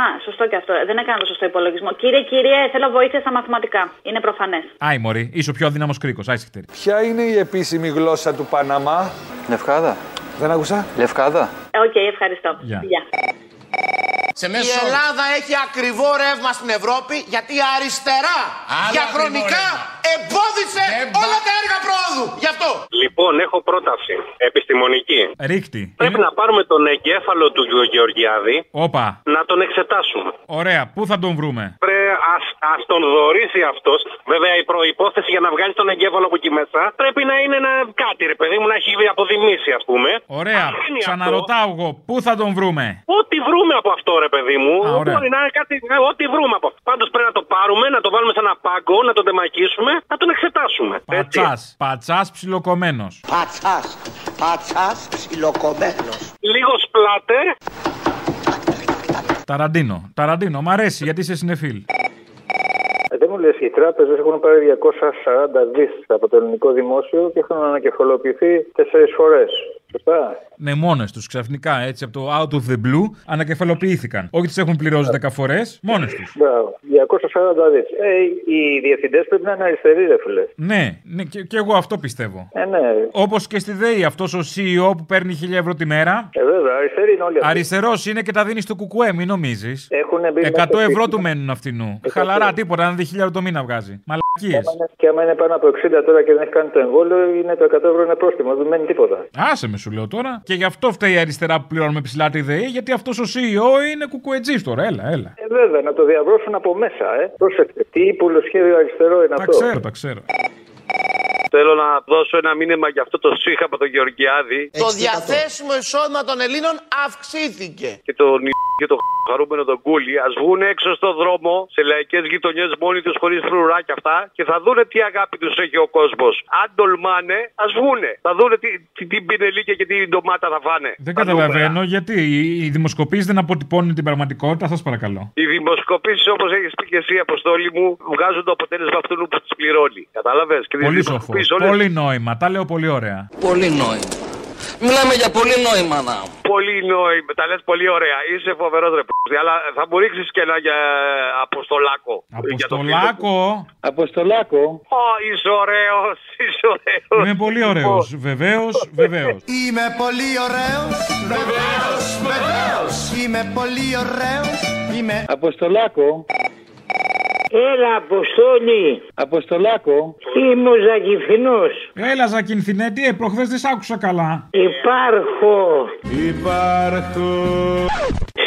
[SPEAKER 14] α, σωστό και αυτό. Δεν έκανα το σωστό υπολογισμό. Κύριε, κύριε, θέλω βοήθεια στα μαθηματικά. Είναι προφανές.
[SPEAKER 3] Άι, Μωρή, είσαι ο πιο αδύναμος κρίκος. Άι, συχτήρι.
[SPEAKER 15] Ποια είναι η επίσημη γλώσσα του Παναμά? Λευκάδα. Δεν άκουσα. Λευκάδα.
[SPEAKER 14] Οκ, ευχαριστώ.
[SPEAKER 15] Γεια.
[SPEAKER 14] Γεια.
[SPEAKER 16] Η Ελλάδα έχει ακριβό ρεύμα στην Ευρώπη γιατί η αριστερά
[SPEAKER 17] Άλλο
[SPEAKER 16] διαχρονικά εμπόδισε όλα τα έργα πρόοδου. Γι' αυτό.
[SPEAKER 6] Λοιπόν, έχω πρόταση επιστημονική.
[SPEAKER 3] Ε, Ρίχτη.
[SPEAKER 6] Πρέπει να πάρουμε τον εγκέφαλο του Γεωργιάδη
[SPEAKER 3] Όπα.
[SPEAKER 6] να τον εξετάσουμε.
[SPEAKER 3] Ωραία, πού θα τον βρούμε.
[SPEAKER 6] Πρέπει ας, ας τον δωρήσει αυτός. Βέβαια η προϋπόθεση για να βγάλει τον εγκέφαλο από εκεί μέσα πρέπει να είναι ένα κάτι ρε παιδί μου να έχει αποδημήσει ας πούμε.
[SPEAKER 3] Ωραία,
[SPEAKER 6] Αφήνει
[SPEAKER 3] ξαναρωτάω εγώ, πού θα τον βρούμε.
[SPEAKER 6] Ό,τι βρούμε από αυτό, ρε παιδί μου.
[SPEAKER 3] Α, ωραία.
[SPEAKER 6] μπορεί να είναι κάτι. ε, Ό,τι βρούμε από αυτό. Πάντως πρέπει να το πάρουμε, να το βάλουμε σε ένα πάγκο, να τον τεμακίσουμε, να τον εξετάσουμε.
[SPEAKER 3] Πατσάς, πατσάς ψιλοκομμένος.
[SPEAKER 16] Πατσάς. Πατσάς ψιλοκομμένος.
[SPEAKER 6] Λίγος πλάτε.
[SPEAKER 3] Ταραντίνο, Ταραντίνο, μ' αρέσει γιατί είσαι συνεφίλ.
[SPEAKER 18] Ε, Δεν μου λε, οι τράπεζες έχουν πάρει 240 δις από το ελληνικό δημόσιο και έχουν ανακεφαλοποιηθεί τέσσερις φορές. Σωστά.
[SPEAKER 3] Ναι, μόνε τους ξαφνικά έτσι από το out of the blue ανακεφαλοποιήθηκαν. Όχι τις έχουν
[SPEAKER 18] Ναι.
[SPEAKER 3] πληρώσει 10 φορέ, μόνες τους.
[SPEAKER 18] Μπράβο. 240 δις. Ε, οι διευθυντές πρέπει να είναι αριστεροί, ρε φίλε.
[SPEAKER 3] Ναι, ναι και, και εγώ αυτό πιστεύω.
[SPEAKER 18] Ε, ναι.
[SPEAKER 3] Όπως και στη ΔΕΗ, αυτός ο CEO που παίρνει 1000 ευρώ τη μέρα.
[SPEAKER 18] Ε, βέβαια, Ε, ναι, αριστεροί είναι όλοι αυτοί.
[SPEAKER 3] Αριστερός είναι και τα δίνει στο κουκουέ, μην νομίζεις.
[SPEAKER 18] Έχουν μπει
[SPEAKER 3] 100
[SPEAKER 18] μέσα
[SPEAKER 3] ευρώ
[SPEAKER 18] στη-
[SPEAKER 3] του μένουν αυτινού.
[SPEAKER 18] Εκατό.
[SPEAKER 3] Χαλαρά, τίποτα, αν δει 1000 το μήνα βγάζει. Μαλακίες.
[SPEAKER 18] Άμα είναι- Και άμα είναι πάνω από 60 τώρα και δεν έχει κάνει το εμβόλιο, είναι το 100 ευρώ είναι πρόστιμο, δεν μένει τίποτα.
[SPEAKER 3] Άσε με σου λέω τώρα. Και γι' αυτό φταίει η αριστερά που πληρώνουμε ψηλά τη ΔΕΗ, γιατί αυτός ο CEO είναι κουκουετζής τώρα. Έλα, έλα.
[SPEAKER 18] Ε, βέβαια, να το διαβρώσουν από μέσα, ε. Πρόσεχε. Τι υπολοσχέδιο αριστερό είναι
[SPEAKER 3] Τα
[SPEAKER 18] αυτό.
[SPEAKER 3] ξέρω, τα ξέρω.
[SPEAKER 19] Θέλω να δώσω ένα μήνυμα για αυτό το σύχα από τον Γεωργιάδη.
[SPEAKER 16] Το διαθέσιμο εισόδημα των Ελλήνων αυξήθηκε.
[SPEAKER 19] και τον και τον χαρούμενο τον κούλι, ας βγουν έξω στον δρόμο σε λαϊκές γειτονιές μόνοι τους χωρίς φρουρά και αυτά και θα δούνε τι αγάπη τους έχει ο κόσμος. Αν τολμάνε, ας βγούνε. Θα δούνε τι, τι, τι πινελίκια και τι ντομάτα θα φάνε.
[SPEAKER 3] Δεν καταλαβαίνω γιατί οι- οι δημοσκοπήσεις δεν αποτυπώνουν την πραγματικότητα, σας παρακαλώ.
[SPEAKER 19] Οι δημοσκοπήσεις, όπως έχεις πει και εσύ, Αποστόλη μου, βγάζουν το αποτέλεσμα αυτού που τι πληρώνει. Κατάλαβες. Και τις
[SPEAKER 3] Πολύ σοφό.
[SPEAKER 19] δημοσκοπήσεις όλες-
[SPEAKER 3] Πολύ νόημα. Τα λέω πολύ ωραία.
[SPEAKER 19] Πολύ νόημα. Μιλάμε για πολύ νόημα, να. Πολύ νόημα. Τα λες πολύ ωραία. Είσαι φοβερός ρε π***. Αλλά θα μου ρίξει και ένα για Αποστολάκο.
[SPEAKER 3] Αποστολάκο.
[SPEAKER 19] Αποστολάκο. Ω, είσαι ωραίος. Είσαι ωραίος.
[SPEAKER 3] Είμαι πολύ ωραίος. Βεβαίως, βεβαίως.
[SPEAKER 7] Είμαι πολύ ωραίος Βεβαίως, βεβαίως Είμαι πολύ ωραίος Είμαι
[SPEAKER 20] Αποστολάκο. Έλα, Αποστόλη. Αποστολάκο. Είμαι ο Ζαγυφινός.
[SPEAKER 3] Έλα, Ζακινθινέ, τι προχθές δεν σ' άκουσα καλά.
[SPEAKER 20] Υπάρχω.
[SPEAKER 21] Υπάρχω.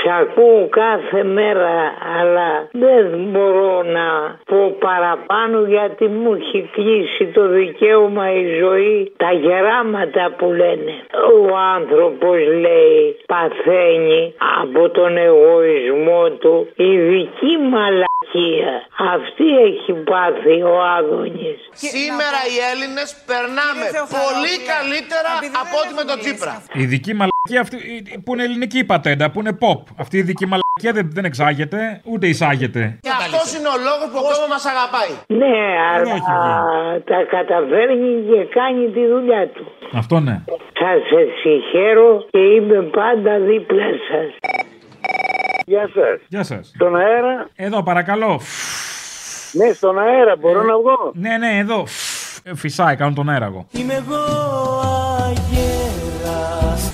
[SPEAKER 20] Σ' ακούω κάθε μέρα, αλλά δεν μπορώ να πω παραπάνω γιατί μου έχει κλείσει το δικαίωμα η ζωή. Τα γεράματα που λένε. Ο άνθρωπος λέει παθαίνει από τον εγωισμό του. Η δική μαλακία. Αυτή έχει πάθει ο Άδωνης.
[SPEAKER 16] Σήμερα οι Έλληνες περνάμε πολύ καλύτερα από ό,τι με τον Τσίπρα.
[SPEAKER 3] Η δική μαλακία αυτή η- η- που είναι ελληνική πατέντα, που είναι pop. Αυτή η δική μαλακία δεν, δεν εξάγεται, ούτε εισάγεται.
[SPEAKER 16] Και αυτός είναι ο λόγος που ο κόσμος μας αγαπάει.
[SPEAKER 20] Ναι, αλλά τα καταφέρνει και κάνει τη δουλειά του.
[SPEAKER 3] Αυτό ναι.
[SPEAKER 20] Σας συγχαίρω και είμαι πάντα δίπλα σας.
[SPEAKER 2] Γεια σας.
[SPEAKER 3] Γεια σας.
[SPEAKER 2] Στον αέρα.
[SPEAKER 3] Εδώ παρακαλώ.
[SPEAKER 2] Ναι, στον αέρα μπορώ να βγω.
[SPEAKER 3] Ναι, ναι, εδώ. Ε, Φυσάει, κάνω τον αέρα εγώ.
[SPEAKER 7] Είμαι εγώ αγέρας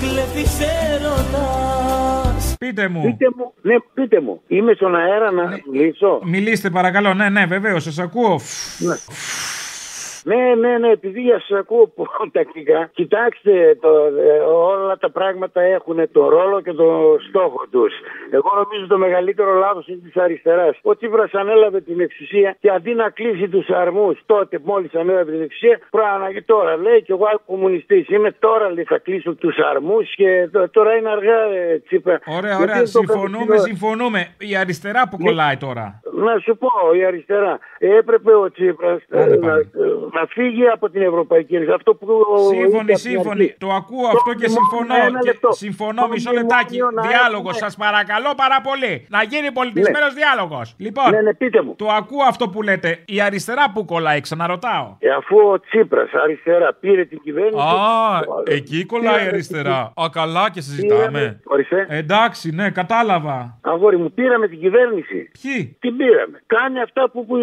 [SPEAKER 7] Κλέφτης έρωτας
[SPEAKER 3] Πείτε μου.
[SPEAKER 2] Πείτε μου, ναι, πείτε μου. Είμαι στον αέρα να μιλήσω.
[SPEAKER 3] Μιλήστε παρακαλώ, ναι, ναι, βεβαίως, σας ακούω.
[SPEAKER 2] Ναι, ναι, ναι, επειδή για σας ακούω [LAUGHS] πο- τακτικά. Κοιτάξτε, το, ε, όλα τα πράγματα έχουν το ρόλο και το στόχο τους. Εγώ νομίζω το μεγαλύτερο λάθος είναι της αριστεράς. Ο Τσίπρας ανέλαβε την εξουσία και αντί να κλείσει τους αρμούς τότε μόλις ανέλαβε την εξουσία, προαναγεί τώρα. Λέει και εγώ κομμουνιστής είμαι τώρα λέει θα κλείσω τους αρμούς και τ- τώρα είναι αργά ε, Τσίπρα.
[SPEAKER 3] Ωραία,
[SPEAKER 2] Γιατί
[SPEAKER 3] ωραία,
[SPEAKER 2] δεν το Ναι. κάνεις
[SPEAKER 3] συμφωνούμε,
[SPEAKER 2] τώρα.
[SPEAKER 3] συμφωνούμε. Η αριστερά που κολλάει τώρα.
[SPEAKER 2] Να σου πω, η αριστερά. Έπρεπε ο Τσίπρας
[SPEAKER 3] Άντε
[SPEAKER 2] να, ε,
[SPEAKER 3] πάλι.
[SPEAKER 2] να φύγει από την Ευρωπαϊκή Ένωση. Αυτό που. είπα απ'
[SPEAKER 3] Σύμφωνοι,
[SPEAKER 2] την
[SPEAKER 3] σύμφωνοι.
[SPEAKER 2] αρχή.
[SPEAKER 3] Το ακούω αυτό και
[SPEAKER 2] μνημόνιο,
[SPEAKER 3] συμφωνώ.
[SPEAKER 2] ένα
[SPEAKER 3] Και
[SPEAKER 2] λεπτό.
[SPEAKER 3] Συμφωνώ,
[SPEAKER 2] Το
[SPEAKER 3] μισό λεπτάκι.
[SPEAKER 2] μνημόνιο να
[SPEAKER 3] Διάλογο,
[SPEAKER 2] έχουμε.
[SPEAKER 3] σας παρακαλώ πάρα πολύ. Να γίνει πολιτισμένος διάλογος. Λοιπόν,
[SPEAKER 2] Ναι, ναι, πείτε μου.
[SPEAKER 3] το ακούω αυτό που λέτε. Η αριστερά που κολλάει, ξαναρωτάω.
[SPEAKER 2] Ε, αφού ο Τσίπρας αριστερά πήρε την κυβέρνηση.
[SPEAKER 3] Α,
[SPEAKER 2] το-
[SPEAKER 3] εκεί κολλάει η
[SPEAKER 2] πήραμε
[SPEAKER 3] αριστερά. Α, καλά και
[SPEAKER 2] Πήραμε-
[SPEAKER 3] συζητάμε.
[SPEAKER 2] Ορίστε.
[SPEAKER 3] Εντάξει, ναι, κατάλαβα.
[SPEAKER 2] Αγόρι μου, πήραμε την κυβέρνηση.
[SPEAKER 3] Ποιοι?
[SPEAKER 2] Την πήραμε. Κάνει αυτά που, που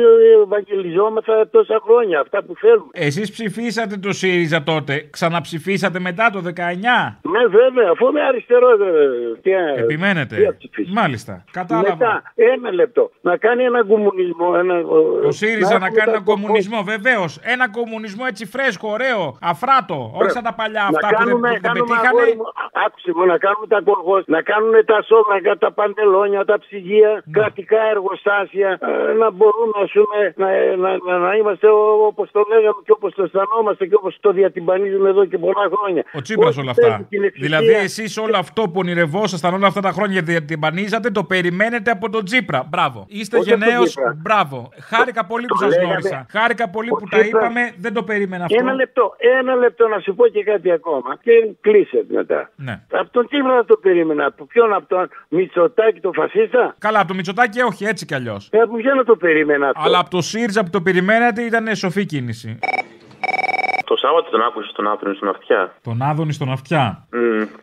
[SPEAKER 2] ευαγγελιζόμαθα τόσα χρόνια, αυτά που θέλουμε.
[SPEAKER 3] Εσείς ψηφίσατε το ΣΥΡΙΖΑ τότε. Ξαναψηφίσατε μετά το 19.
[SPEAKER 2] Ναι, βέβαια, αφού είμαι αριστερό. ε,
[SPEAKER 3] Επιμένετε. Μάλιστα. Κατάλαβα.
[SPEAKER 2] Μετά, ένα λεπτό. Να κάνει ένα κομμουνισμό. Ένα,
[SPEAKER 3] Ο ΣΥΡΙΖΑ να κάνει ένα
[SPEAKER 2] κομμουνισμό.
[SPEAKER 3] κομμουνισμό, βεβαίως. Ένα κομμουνισμό έτσι φρέσκο, ωραίο, αφράτο. Όχι σαν τα παλιά αυτά
[SPEAKER 2] να
[SPEAKER 3] που δεν,
[SPEAKER 2] κάνουμε,
[SPEAKER 3] που δεν
[SPEAKER 2] κάνουμε,
[SPEAKER 3] πετύχανε.
[SPEAKER 2] αγόρι μου, άκουσε με, να κάνουμε τα κοργός, να κάνουν τα σώματα, τα παντελόνια, τα ψυγεία,
[SPEAKER 3] Ναι.
[SPEAKER 2] κρατικά εργοστάσια, ε, να μπορούμε ας πούμε, να, να, να, να είμαστε ό- όπως το λέγαμε και όπως το αισθανόμαστε και όπως το διατυμπανίζουμε εδώ και πολλά χρόνια.
[SPEAKER 3] Ο Τσίπρας όλα
[SPEAKER 2] Όσοι
[SPEAKER 3] αυτά.
[SPEAKER 2] θέλουν την εξουσία,
[SPEAKER 3] Δηλαδή, εσείς όλο αυτό που ονειρευόσασταν όλα αυτά τα χρόνια και διατυμπανίζατε, το περιμένετε από τον Τσίπρα. Μπράβο. Είστε
[SPEAKER 2] Όχι από τον
[SPEAKER 3] γενναίος.
[SPEAKER 2] Τσίπρα.
[SPEAKER 3] Μπράβο. Χάρηκα πολύ
[SPEAKER 2] το
[SPEAKER 3] που σας
[SPEAKER 2] λέγαμε.
[SPEAKER 3] γνώρισα. Χάρηκα πολύ
[SPEAKER 2] Ο
[SPEAKER 3] που τα
[SPEAKER 2] Τσίπρας-
[SPEAKER 3] είπαμε. Δεν το περίμενα αυτό.
[SPEAKER 2] Ένα λεπτό, ένα λεπτό να σου πω και κάτι ακόμα και κλείσε μετά.
[SPEAKER 3] Ναι.
[SPEAKER 2] Από τον Τσίπρα θα το περίμενα. Από ποιον, από τον Μητσοτάκη, τον φασίστα.
[SPEAKER 3] Καλά, από το Μητσοτάκι όχι, έτσι κι αλλιώς.
[SPEAKER 2] Ε, από ποιον να το περίμενα αυτό.
[SPEAKER 3] Αλλά από το ΣΥΡΙΖΑ που το περιμένατε ήταν σοφή κίνηση.
[SPEAKER 4] Το Σάββατο τον άκουσε τον άπειρον στην αυτιά.
[SPEAKER 3] Τον Άδωνη στον αυτιά.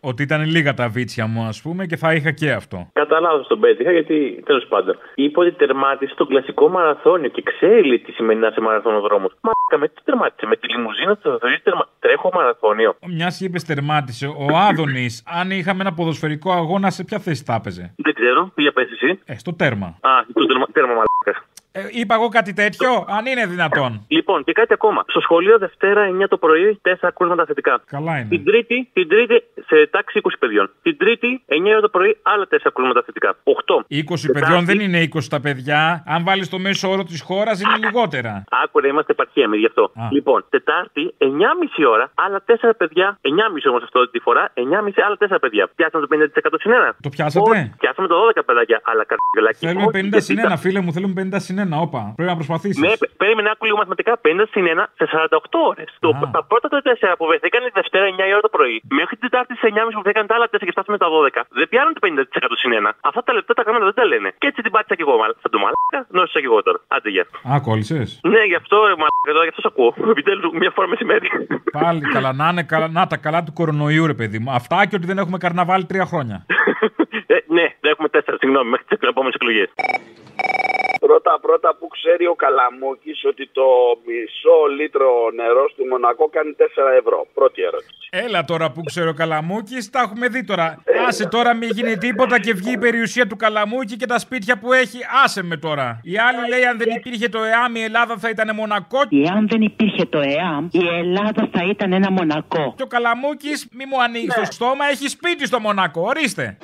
[SPEAKER 3] Ότι ήταν λίγα τα βίτσια μου, ας πούμε, και θα είχα και αυτό.
[SPEAKER 4] Κατά λάθο τον πέτυχα, γιατί τέλος πάντων. Είπε ότι τερμάτισε τον κλασικό μαραθώνιο και ξέρει τι σημαίνει να είσαι μαραθωνοδρόμος. Μα με τι τερμάτισε, με τη λιμουζίνα του θα θεωρεί τερμα... τρέχω μαραθώνιο.
[SPEAKER 3] Μιας και είπες τερμάτισε. Ο Άδωνης, αν είχαμε ένα ποδοσφαιρικό αγώνα, σε ποια θέση θα έπαιζε.
[SPEAKER 4] Δεν ξέρω, πήγε πέσει εσύ.
[SPEAKER 3] Ε, στο τέρμα.
[SPEAKER 4] Α, το τέρμα, τέρμα μαλάκα.
[SPEAKER 3] Ε, είπα εγώ κάτι τέτοιο, αν είναι δυνατόν.
[SPEAKER 4] Λοιπόν, και κάτι ακόμα. Στο σχολείο Δευτέρα 9 το πρωί, 4 κρούσματα θετικά.
[SPEAKER 3] Καλά είναι.
[SPEAKER 4] Την Τρίτη, την τρίτη σε τάξη 20 παιδιών. Την Τρίτη 9 το πρωί, άλλα 4 κρούσματα θετικά. 8.
[SPEAKER 3] 20 παιδιών δεν είναι 20 τα παιδιά. Αν βάλεις το μέσο όρο της χώρας είναι λιγότερα.
[SPEAKER 4] Άκουρα, είμαστε επαρχία εμείς γι' αυτό. Λοιπόν, Τετάρτη, 9.30 ώρα, άλλα 4 παιδιά. 9.30 όμως αυτό τη φορά, 9.30 άλλα 4 παιδιά. Πιάσαμε το 50% συνένα.
[SPEAKER 3] Το πιάσατε.
[SPEAKER 4] Πιάσαμε το 12 παιδάκια, αλλά καρδιλάκι.
[SPEAKER 3] Θέλουμε 50 συν 1, φίλε μου, θέλουμε 50 συν 1. Όπα, πρέπει να προσπαθήσεις.
[SPEAKER 4] Ναι, πε- περίμενε άκου λίγο μαθηματικά 50 συν 1 σε 48 ώρε. Τα πρώτα τα 4 που βρεθήκαν τη Δευτέρα 9 η ώρα το πρωί. Μέχρι την Τετάρτη σε 9.30 που βρεθήκαν τα άλλα 4 και φτάσαμε τα 12. Δεν πιάνουν το 50% συν 1. Αυτά τα λεπτά τα γράμματα δεν τα λένε. Και έτσι την πάτησα κι εγώ, μάλλον. Θα το μαλάκα, νόησα κι εγώ τώρα. Άντε γεια.
[SPEAKER 3] Α, κόλλησες.
[SPEAKER 4] Ναι, γι' αυτό, ρε, μαλάκα, τώρα γι' αυτό σ' ακούω. Επιτέλους, μια φορά μεσημέρι. [LAUGHS]
[SPEAKER 3] Πάλι καλά, να είναι καλά, να τα καλά του κορονοϊού, ρε παιδί μου. Αυτά και ότι δεν έχουμε καρναβάλι τρία χρόνια.
[SPEAKER 4] ε, ναι, δεν έχουμε 4, συγγνώμη, μέχρι τις επόμενες εκλογές.
[SPEAKER 5] Πρώτα πρώτα που ξέρει ο Καλαμούκης ότι το μισό λίτρο νερός στη Μονακό κάνει 4 ευρώ. Πρώτη ερώτηση.
[SPEAKER 3] Έλα τώρα που ξέρω Καλαμούκης, τα έχουμε δει τώρα. Άσε τώρα, μην γίνει τίποτα και βγει η περιουσία του Καλαμούκη και τα σπίτια που έχει. Άσε με τώρα. Η άλλη λέει: Αν δεν υπήρχε το ΕΑΜ, η Ελλάδα θα ήταν μονακό.
[SPEAKER 15] Εάν δεν υπήρχε το ΕΑΜ, η Ελλάδα θα ήταν ένα μονακό.
[SPEAKER 3] Και ο Καλαμούκης, μη μου ανοίγει το στόμα, έχει σπίτι στο Μονακό. Ορίστε.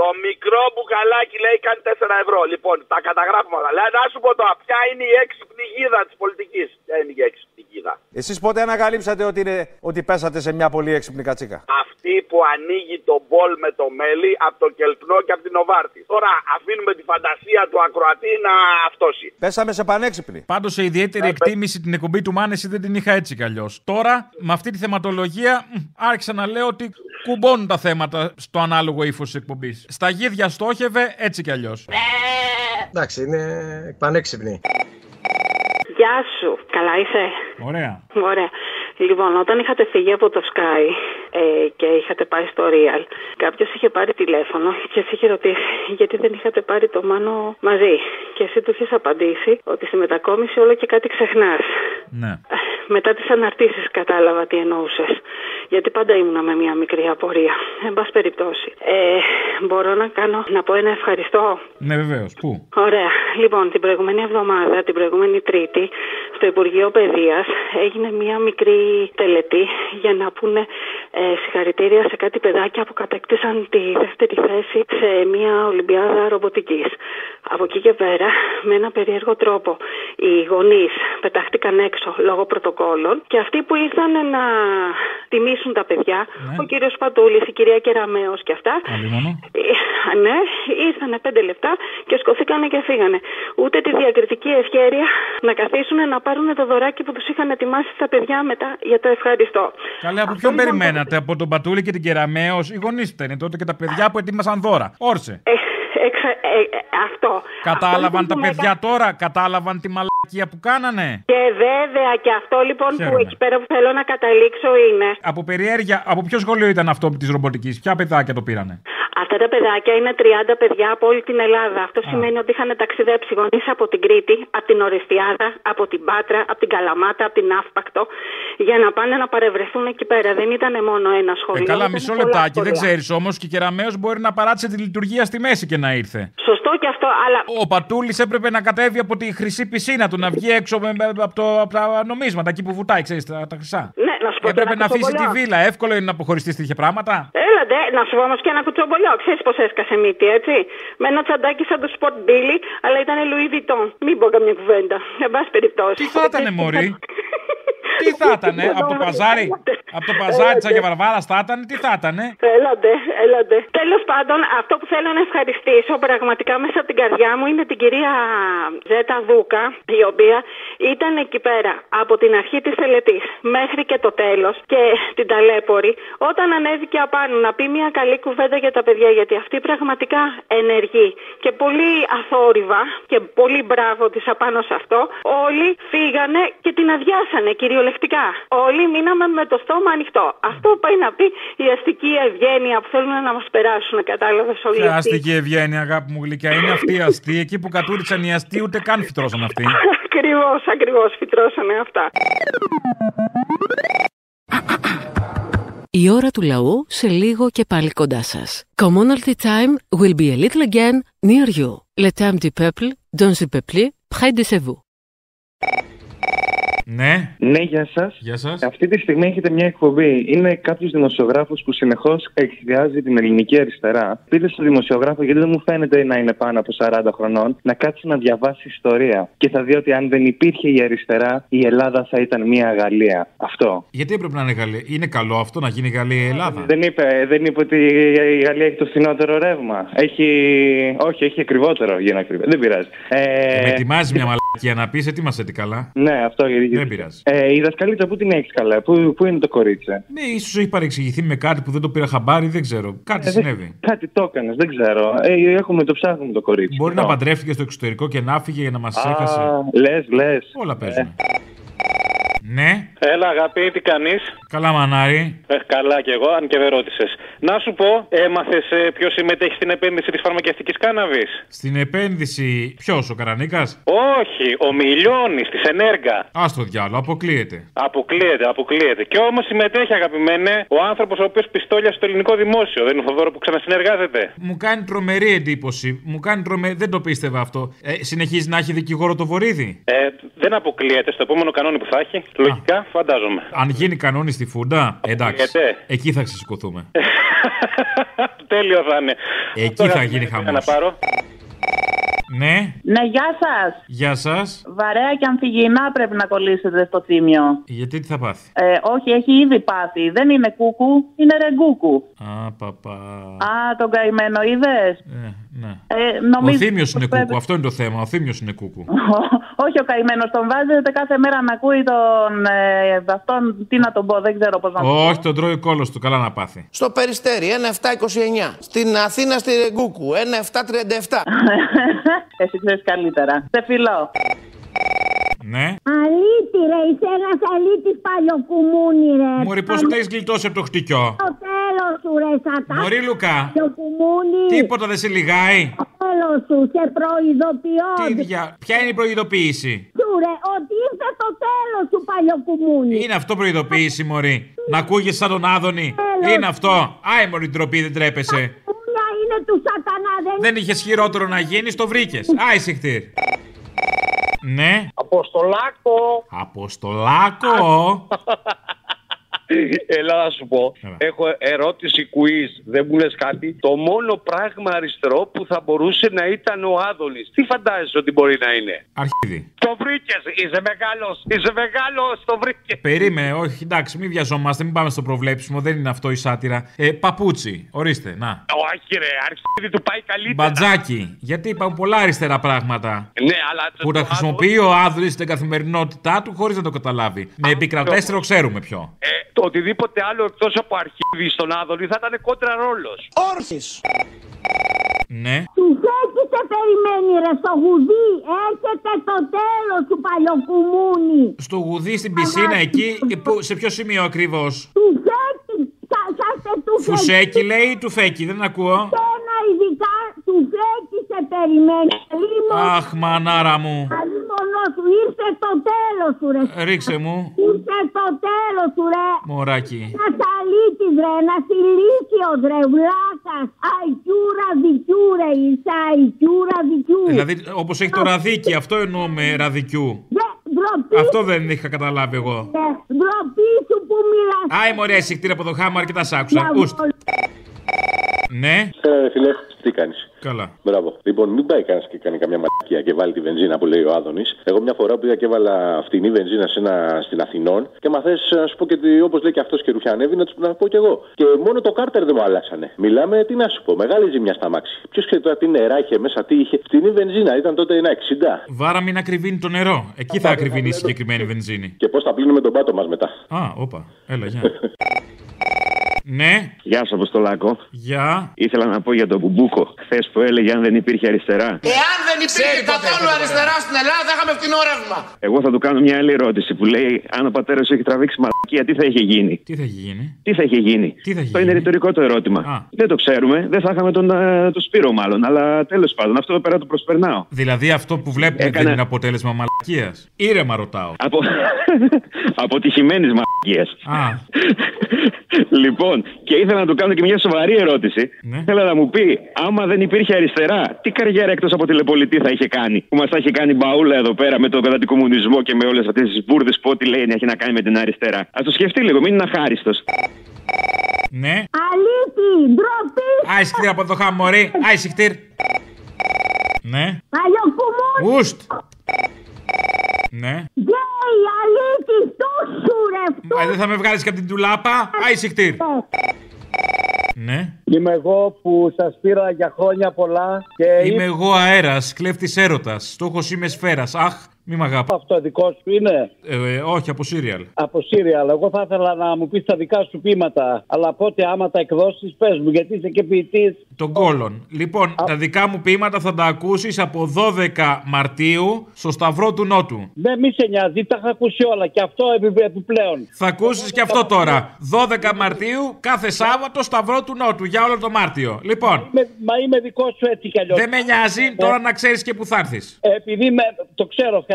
[SPEAKER 5] Το μικρό μπουκαλάκι λέει κάνει 4 ευρώ. Λοιπόν, τα καταγράφουμε όλα. Λέει, να σου πω τώρα, ποια είναι η έξυπνη γίδα της πολιτικής. Ποια είναι η έξυπνη γίδα.
[SPEAKER 22] Εσείς πότε ανακαλύψατε ότι, είναι, ότι πέσατε σε μια πολύ έξυπνη κατσίκα.
[SPEAKER 5] Αυτή που ανοίγει τον μπολ με το μέλι από το κελπνό και από την Οβάρτη. Τώρα αφήνουμε τη φαντασία του ακροατή να αυτόσει.
[SPEAKER 22] Πέσαμε σε πανέξυπνη.
[SPEAKER 3] Πάντως σε
[SPEAKER 23] Ναι,
[SPEAKER 3] ιδιαίτερη εκτίμηση την εκπομπή του Μάνεση δεν την είχα έτσι κι αλλιώς. Τώρα, με αυτή τη θεματολογία, μ, άρχισα να λέω ότι κουμπώνουν τα θέματα στο ανάλογο ύφος της εκπομπής. Στα γίδια στόχευε έτσι κι αλλιώς.
[SPEAKER 23] Εντάξει, είναι πανέξυπνη.
[SPEAKER 24] Γεια σου. Καλά είσαι.
[SPEAKER 3] Ωραία.
[SPEAKER 24] Ωραία. Λοιπόν, όταν είχατε φύγει από το Sky ε, και είχατε πάει στο Real, κάποιος είχε πάρει τηλέφωνο και σε είχε ρωτήσει γιατί δεν είχατε πάρει το μάνο μαζί. Και εσύ του είχες απαντήσει ότι στη μετακόμιση όλο και κάτι ξεχνάς.
[SPEAKER 3] Ναι.
[SPEAKER 24] Μετά τις αναρτήσεις κατάλαβα τι εννοούσες. Γιατί πάντα ήμουνα με μια μικρή απορία. Εν πάση περιπτώσει. Ε, μπορώ να κάνω να πω ένα ευχαριστώ.
[SPEAKER 3] Ναι, βεβαίως. Πού.
[SPEAKER 24] Ωραία. Λοιπόν, την προηγούμενη εβδομάδα, την προηγούμενη Τρίτη, στο Υπουργείο Παιδείας έγινε μία μικρή τελετή για να πούνε ε, συγχαρητήρια σε κάτι παιδάκια που κατέκτησαν τη δεύτερη θέση σε μία Ολυμπιάδα Ρομποτικής. Από εκεί και πέρα, με ένα περίεργο τρόπο, οι γονείς πετάχτηκαν έξω λόγω πρωτοκόλων και αυτοί που ήρθαν να τιμήσουν τα παιδιά,
[SPEAKER 3] Ναι.
[SPEAKER 24] ο κύριος Πατούλη, η κυρία Κεραμέο και αυτά, ε, Ναι, ήρθανε πέντε λεπτά και σκοθήκανε και φύγανε. Ούτε τη διακριτική ευχέρεια να καθίσουν να πάρουν το δωράκι που τους είχαν ετοιμάσει τα παιδιά μετά για το ευχαριστώ.
[SPEAKER 3] Καλέ, από ποιον περιμένατε, από τον Πατούλη και την Κεραμαίο. Οι γονείς ήταν τότε και τα παιδιά που ετοίμασαν δώρα. Όρσε.
[SPEAKER 24] Ε, εξα- ε, ε, αυτό.
[SPEAKER 3] Κατάλαβαν
[SPEAKER 24] Αυτό
[SPEAKER 3] τα
[SPEAKER 24] λοιπόν που με
[SPEAKER 3] παιδιά τώρα, κατάλαβαν τη μαλακία που κάνανε.
[SPEAKER 24] Και βέβαια και αυτό λοιπόν
[SPEAKER 3] Χαίρομαι.
[SPEAKER 24] που εκεί πέρα που θέλω να καταλήξω είναι
[SPEAKER 3] Από περιέργεια, από ποιο σχολείο ήταν αυτό της ρομποτικής, ποια παιδάκια το πήρανε. Ε,
[SPEAKER 24] αυτά τα παιδάκια είναι 30 παιδιά από όλη την Ελλάδα. Αυτό σημαίνει ότι είχαν ταξιδέψει γονείς από την Κρήτη, από την Ορεστιάδα, από την Πάτρα, από την Καλαμάτα, από την Αύπακτο για να πάνε να παρευρεθούν εκεί πέρα. Δεν ήταν μόνο ένα σχολείο.
[SPEAKER 3] Ε, καλά,
[SPEAKER 24] ήταν
[SPEAKER 3] μισό
[SPEAKER 24] πολλά
[SPEAKER 3] λεπτάκι, δεν
[SPEAKER 24] σχολεία.
[SPEAKER 3] ξέρεις όμως και η Κεραμαίο μπορεί να παράτησε τη λειτουργία στη μέση και να ήρθε.
[SPEAKER 24] Σωστό και αυτό, αλλά.
[SPEAKER 3] Ο Πατούλης έπρεπε να κατέβει από τη χρυσή πισίνα του, να βγει έξω με, με- από, το, από τα νομίσματα εκεί που βουτάει, ξέρεις τα, τα χρυσά. Ε,
[SPEAKER 24] Ναι, να σου πω
[SPEAKER 3] Έπρεπε
[SPEAKER 24] και ένα
[SPEAKER 3] να αφήσει τη
[SPEAKER 24] κουτσομπολιό.
[SPEAKER 3] βίλα. Εύκολο είναι να αποχωριστείς τέτοια πράγματα.
[SPEAKER 24] Έλατε, να σου πω όμως και ένα κουτσομπολιό. Ξέρεις πώς έσκασε μύτη, έτσι. Με ένα τσαντάκι σαν το σπορτ μπίλι, αλλά ήταν Louis Vuitton. Μην πω καμιά κουβέντα. Εν πάση περιπτώσει.
[SPEAKER 3] Τι θα ήτανε, Μωρή.
[SPEAKER 24] [LAUGHS]
[SPEAKER 3] Τι θα ήταν, από το παζάρι, από το παζάρι
[SPEAKER 24] Ε,
[SPEAKER 3] της Αγία Βαρβάρας θα ήταν, τι θα ήταν.
[SPEAKER 24] Έλατε, έλατε. Τέλος πάντων, αυτό που θέλω να ευχαριστήσω πραγματικά μέσα από την καρδιά μου είναι την κυρία Ζέτα Δούκα, η οποία ήταν εκεί πέρα από την αρχή της τελετής μέχρι και το τέλος και την ταλέπορη. Όταν ανέβηκε απάνω να πει μια καλή κουβέντα για τα παιδιά, γιατί αυτή πραγματικά ενεργεί και πολύ αθόρυβα και πολύ μπράβο της απάνω σε αυτό. Όλοι φύγανε και την αδειάσανε κυριολεκτικά. Όλοι μείναμε με το στόμα ανοιχτό. Αυτό πάει να πει η αστική ευγένεια που θέλουν να μας περάσουν, κατάλαβες όλοι.
[SPEAKER 3] Ποια
[SPEAKER 24] αυτοί. [LAUGHS]
[SPEAKER 3] αστική ευγένεια, αγάπη μου γλυκιά. Είναι αυτή η αστή. Εκεί που κατούρισαν οι αστεί, ούτε καν φυτρώσαν αυτοί.
[SPEAKER 24] Ακριβώς, ακριβώς, φυτρώσανε αυτά.
[SPEAKER 1] Η ώρα του λαού σε λίγο και πάλι κοντά σας. Commonalty time will be a little again near you. Le temps du peuple, dans le peuple, près de chez vous.
[SPEAKER 3] Ναι.
[SPEAKER 25] Ναι, γεια σας.
[SPEAKER 3] Γεια σας.
[SPEAKER 25] Αυτή τη στιγμή έχετε μια εκπομπή. Είναι κάποιος δημοσιογράφος που συνεχώς εκθιάζει την ελληνική αριστερά. Πείτε στο δημοσιογράφο, γιατί δεν μου φαίνεται να είναι πάνω από 40 χρονών, να κάτσει να διαβάσει ιστορία. Και θα δει ότι αν δεν υπήρχε η αριστερά, η Ελλάδα θα ήταν μια Γαλλία. Αυτό.
[SPEAKER 3] Γιατί έπρεπε να είναι Γαλλία. Είναι καλό αυτό να γίνει Γαλλία η Ελλάδα.
[SPEAKER 25] Ε, Δεν είπε, δεν είπε ότι η Γαλλία έχει το φθηνότερο ρεύμα. Έχει. Όχι, έχει ακριβότερο για να ακριβώ. Δεν πειράζει. Ε,
[SPEAKER 3] Με ετοιμάζει μια μαλακία να πεις, ετοίμασε τι καλά.
[SPEAKER 25] Ναι, αυτό γιατί.
[SPEAKER 3] Δεν πειράζει.
[SPEAKER 25] Ε, η δασκαλίτσα, πού την έχεις καλά, πού, πού είναι το κορίτσι. ε?
[SPEAKER 3] Ναι, ίσως έχει παρεξηγηθεί με κάτι που δεν το πήρα χαμπάρι, δεν ξέρω. Κάτι
[SPEAKER 25] Ε, δεν-
[SPEAKER 3] συνέβη.
[SPEAKER 25] Κάτι το έκανες, δεν ξέρω. Ε, έχουμε το ψάχνουμε το κορίτσι. Λοιπόν.
[SPEAKER 3] Μπορεί να παντρεύτηκε στο εξωτερικό και να φύγε για να μας έχασε.
[SPEAKER 25] Λες, λες.
[SPEAKER 3] Όλα παίζουν. Ναι.
[SPEAKER 6] Έλα, αγαπή, τι κάνεις.
[SPEAKER 3] Καλά, μανάρι.
[SPEAKER 6] Ε, καλά κι εγώ, αν και με ρώτησες. Να σου πω, έμαθες ε, ποιος συμμετέχει στην επένδυση της φαρμακευτικής κάναβης.
[SPEAKER 3] Στην επένδυση. Ποιος, ο Καρανίκας.
[SPEAKER 6] Όχι, ο Μιλιώνης της Ενέργα.
[SPEAKER 3] Ας το διάλογο, αποκλείεται.
[SPEAKER 6] Αποκλείεται, αποκλείεται. Και όμως συμμετέχει, αγαπημένε, ο άνθρωπος ο οποίος πιστόλια στο ελληνικό δημόσιο. Δεν είναι ο Θοδόρο που ξανασυνεργάζεται.
[SPEAKER 3] Μου κάνει τρομερή εντύπωση. Μου κάνει τρομε... Δεν το πίστευα αυτό. Ε, συνεχίζει να έχει δικηγόρο το Βορύδι.
[SPEAKER 6] Ε, δεν αποκλείεται στο επόμενο κανόνι που θα έχει. Λογικά, φαντάζομαι.
[SPEAKER 3] Αν γίνει κανόνι στη φούντα, εντάξει.
[SPEAKER 6] Αποκλείεται.
[SPEAKER 3] Εκεί θα ξεσηκωθούμε.
[SPEAKER 6] [LAUGHS] Τέλειος θα είναι.
[SPEAKER 3] Εκεί
[SPEAKER 6] Αυτό,
[SPEAKER 3] θα
[SPEAKER 6] αγαπημένη,
[SPEAKER 3] γίνει
[SPEAKER 6] πήγα
[SPEAKER 3] χαμός.
[SPEAKER 6] Να πάρω.
[SPEAKER 3] Ναι,
[SPEAKER 26] Ναι, γεια σας.
[SPEAKER 3] γεια σας.
[SPEAKER 26] Βαρέα και αμφιγεινά πρέπει να κολλήσετε στο θύμιο.
[SPEAKER 3] Γιατί τι θα πάθει.
[SPEAKER 26] Ε, όχι, έχει ήδη πάθει. Δεν είναι κούκου, είναι ρεγκούκου.
[SPEAKER 3] Α, παπα.
[SPEAKER 26] Α, τον καημένο είδες.
[SPEAKER 3] Ε, ναι.
[SPEAKER 26] Ε,
[SPEAKER 3] Ο
[SPEAKER 26] νομίζω...
[SPEAKER 3] Θήμιος είναι
[SPEAKER 26] πρέπει-
[SPEAKER 3] κούκου, αυτό είναι το θέμα. Ο Θήμιος είναι κούκου.
[SPEAKER 26] [LAUGHS] όχι, ο καημένος τον βάζετε κάθε μέρα να ακούει τον. Ε, αυτόν, τι να τον πω, δεν ξέρω πώς να το
[SPEAKER 3] Όχι, τον τρώει ο κόλος του, καλά να πάθει.
[SPEAKER 16] Στο Περιστέρι, 1,729. Στην Αθήνα στη Ρεγκούκου, 1,737.
[SPEAKER 26] [LAUGHS] Εσύ ξέρεις καλύτερα. Σε φιλώ.
[SPEAKER 3] Ναι.
[SPEAKER 27] Αλήτη ρε, είσαι ένας αλήτης παλιοκουμούνι ρε.
[SPEAKER 3] Μωρή, πώς τα έχει γλιτώσει από το χτυκιό.
[SPEAKER 27] Το τέλος σου ρε, σατά.
[SPEAKER 3] Μωρή, Λουκά.
[SPEAKER 27] Παλιοκουμούνι.
[SPEAKER 3] Τίποτα δεν σε λιγάει.
[SPEAKER 27] Το τέλος σου, σε προειδοποιώ.
[SPEAKER 3] Τι δια... Ποια είναι η προειδοποίηση.
[SPEAKER 27] Σου ρε, ότι ήρθε το τέλος σου παλιοκουμούνι.
[SPEAKER 3] Είναι αυτό προειδοποίηση, Μωρή. Να ακούγεσαι σαν τον Άδωνη.
[SPEAKER 27] Έλα.
[SPEAKER 3] Είναι αυτό. Άι, Μωρή, ντροπή, δεν τρέπεσαι.
[SPEAKER 27] Πούνια είναι του σατανά, δεν
[SPEAKER 3] Δεν είχες χειρότερο να γίνεις, το βρήκες. Άι, συχτήρ. Ναι.
[SPEAKER 28] Αποστολάκο.
[SPEAKER 3] Αποστολάκο.
[SPEAKER 28] [LAUGHS] Έλα να σου πω. Έχω ερώτηση quiz. Δεν μου λες κάτι. Το μόνο πράγμα αριστερό που θα μπορούσε να ήταν ο Άδωνης. Τι φαντάζεσαι ότι μπορεί να είναι.
[SPEAKER 3] Αρχίδι.
[SPEAKER 28] Το βρήκες. Είσαι μεγάλος. Είσαι μεγάλος. Το βρήκες.
[SPEAKER 3] Περίμενε, όχι, εντάξει, μην βιαζόμαστε, μην πάμε στο προβλέψιμο, δεν είναι αυτό η σάτυρα. Ε, παπούτσι, ορίστε, να.
[SPEAKER 28] Όχι, ρε. Αρχίδι του πάει καλύτερα.
[SPEAKER 3] Μπατζάκι. Γιατί είπαμε πολλά αριστερά πράγματα.
[SPEAKER 28] Ναι, αλλά.
[SPEAKER 3] Που τα χρησιμοποιεί ο Άδωνης στην καθημερινότητά του χωρίς να το καταλάβει. Με επικρατέστερο ξέρουμε ποιο.
[SPEAKER 28] Ε, το οτιδήποτε άλλο εκτός από αρχίδι στον Άδωνη θα ήταν κόντρα ρόλος. Όρθι.
[SPEAKER 3] Ναι.
[SPEAKER 27] Του έτσι σε περιμένει ρε, στο γουδί. Έρχεται το τέλος σου παλιοκουμούνι.
[SPEAKER 3] Στο γουδί στην πισίνα εκεί, ε, που, σε ποιο σημείο ακριβώς.
[SPEAKER 27] Του έτσι, σα- σας σε του
[SPEAKER 3] Φουσέκι λέει ή του φέκι, δεν ακούω.
[SPEAKER 27] Και ένα ειδικά του φέκι σε περιμένει. Λίμω,
[SPEAKER 3] Αχ, μανάρα μου.
[SPEAKER 27] μόνο σου, ήρθε το τέλος σου ρε.
[SPEAKER 3] Ρίξε μου,
[SPEAKER 27] Ήρθε το τέλος σου ρε.
[SPEAKER 3] μωράκι.
[SPEAKER 27] Ένα αλήτης ρε, ένα ηλίθιος ρε, βλάκας. Αϊκιούρα δικιούρε, είσαι αϊκιούρα δικιούρε.
[SPEAKER 3] Δηλαδή, όπως έχει το ραδίκι, αυτό εννοούμε ραδικιού.
[SPEAKER 27] Ντροπή
[SPEAKER 3] Αυτό δεν είχα καταλάβει εγώ.
[SPEAKER 27] ρε, ντροπή σου που μιλάς.
[SPEAKER 3] Άι, μωρέ, συχτήρα από το χάμαρ και τα σ' άκουσα.
[SPEAKER 27] Διαβόλου.
[SPEAKER 3] Ούστ. Ναι.
[SPEAKER 29] Έλα, Ε, ρε φίλε, τι κάνεις.
[SPEAKER 3] Καλά.
[SPEAKER 29] Μπράβο. Λοιπόν, μην πάει κανένα και κάνει καμιά μαλακία και βάλει τη βενζίνα που λέει ο Άδωνης. Εγώ μια φορά πήγα και έβαλα φτηνή βενζίνα σε ένα, στην Αθηνών και μα θες να σου πω και όπως λέει και αυτός και ρουφιανεύει, να τους να πω κι εγώ. Και μόνο το κάρτερ δεν μου αλλάξανε. Μιλάμε, τι να σου πω, μεγάλη ζημιά στα μάξι. Ποιος ξέρει τώρα τι νερά είχε μέσα, τι είχε. Φτηνή βενζίνα ήταν τότε ένα 60.
[SPEAKER 3] Βάρα μην ακριβίνει το νερό. Εκεί θα
[SPEAKER 27] ναι,
[SPEAKER 3] ακριβίνει η συγκεκριμένη βενζίνη.
[SPEAKER 29] Και πώς θα πλύνουμε τον πάτο μας μετά.
[SPEAKER 3] Α, όπα. Έλα, γεια. Ναι.
[SPEAKER 30] Γεια σα, Αποστολάκο.
[SPEAKER 3] Γεια.
[SPEAKER 30] Ήθελα να πω για τον Μπουμπούκο. Χθες που έλεγε αν δεν υπήρχε αριστερά.
[SPEAKER 16] Εάν δεν υπήρχε καθόλου αριστερά στην Ελλάδα, θα είχαμε φθηνό ρεύμα.
[SPEAKER 30] Εγώ θα του κάνω μια άλλη ερώτηση που λέει αν ο πατέρας σου έχει τραβήξει μαλακία, τι θα είχε γίνει.
[SPEAKER 3] Τι θα έχει γίνει.
[SPEAKER 30] Τι θα είχε γίνει.
[SPEAKER 3] Τι θα είχε
[SPEAKER 30] αυτό είναι ρητορικό το ερώτημα. Δεν το ξέρουμε. Δεν θα είχαμε τον, ε, τον Σπύρο, μάλλον. Αλλά τέλος πάντων, αυτό εδώ πέρα το προσπερνάω. [LAUGHS]
[SPEAKER 3] Δηλαδή αυτό που βλέπουμε
[SPEAKER 30] Έκανα-
[SPEAKER 3] δεν είναι αποτέλεσμα μαλακίας. Ήρεμα ρωτάω.
[SPEAKER 30] Από... Αποτυχημένης μαλακίε. [LAUGHS] λοιπόν, και ήθελα να του κάνω και μια σοβαρή ερώτηση. Θέλω να μου πει, άμα δεν υπήρχε αριστερά, τι καριέρα εκτός από τηλεπολιτή θα είχε κάνει. Που μας τα έχει κάνει μπαούλα εδώ πέρα με τον κατατικομμουνισμό και με όλες αυτές τις μπουρδες που ό,τι λέει να έχει να κάνει με την αριστερά. Ας το σκεφτεί λίγο, μην είναι αχάριστος.
[SPEAKER 3] Ναι.
[SPEAKER 27] Αλήτη, ντροπή.
[SPEAKER 3] Άισιχτήρ από το χαμορί. Άισιχτήρ. Ναι.
[SPEAKER 27] Παλιοκουμούνι.
[SPEAKER 3] Ουστ. Ναι.
[SPEAKER 27] Γκέι, αλήτη, τούσου ρε.
[SPEAKER 3] Μα δεν θα με βγάλεις και από την τουλάπα. Άισιχτήρ.
[SPEAKER 27] Ε,
[SPEAKER 3] Ναι.
[SPEAKER 13] Είμαι εγώ που σας πήρα για χρόνια πολλά και.
[SPEAKER 3] Είμαι εγώ αέρας, κλέφτης έρωτας. Στόχος είμαι σφαίρας. Αχ, μη μ' αγάπη.
[SPEAKER 13] Αυτό δικό σου είναι.
[SPEAKER 3] Ε, ε, όχι, από σύριαλ.
[SPEAKER 13] Από αλλά εγώ θα ήθελα να μου πεις τα δικά σου πείματα. Αλλά πότε, άμα τα εκδώσει, πες μου, γιατί είσαι και ποιητής.
[SPEAKER 3] Τον κόλον. Λοιπόν, τα δικά μου ποίηματα θα τα ακούσεις από 12 Μαρτίου στο Σταυρό του Νότου.
[SPEAKER 13] Ναι, μη σε νοιάζει, τα είχα ακούσει όλα και αυτό επι- επιπλέον.
[SPEAKER 3] Θα ακούσεις και αυτό τώρα. 12 Μαρτίου, κάθε Σάββατο, Σταυρό του Νότου, για όλο το Μάρτιο. Λοιπόν,
[SPEAKER 13] Είμαι- μα είμαι δικό σου έτσι κι αλλιώς.
[SPEAKER 3] δεν με νοιάζει
[SPEAKER 13] Ε.
[SPEAKER 3] τώρα να ξέρεις και που θα έρθεις.
[SPEAKER 13] Επειδή με... το ξέρω, ευχαριστώ.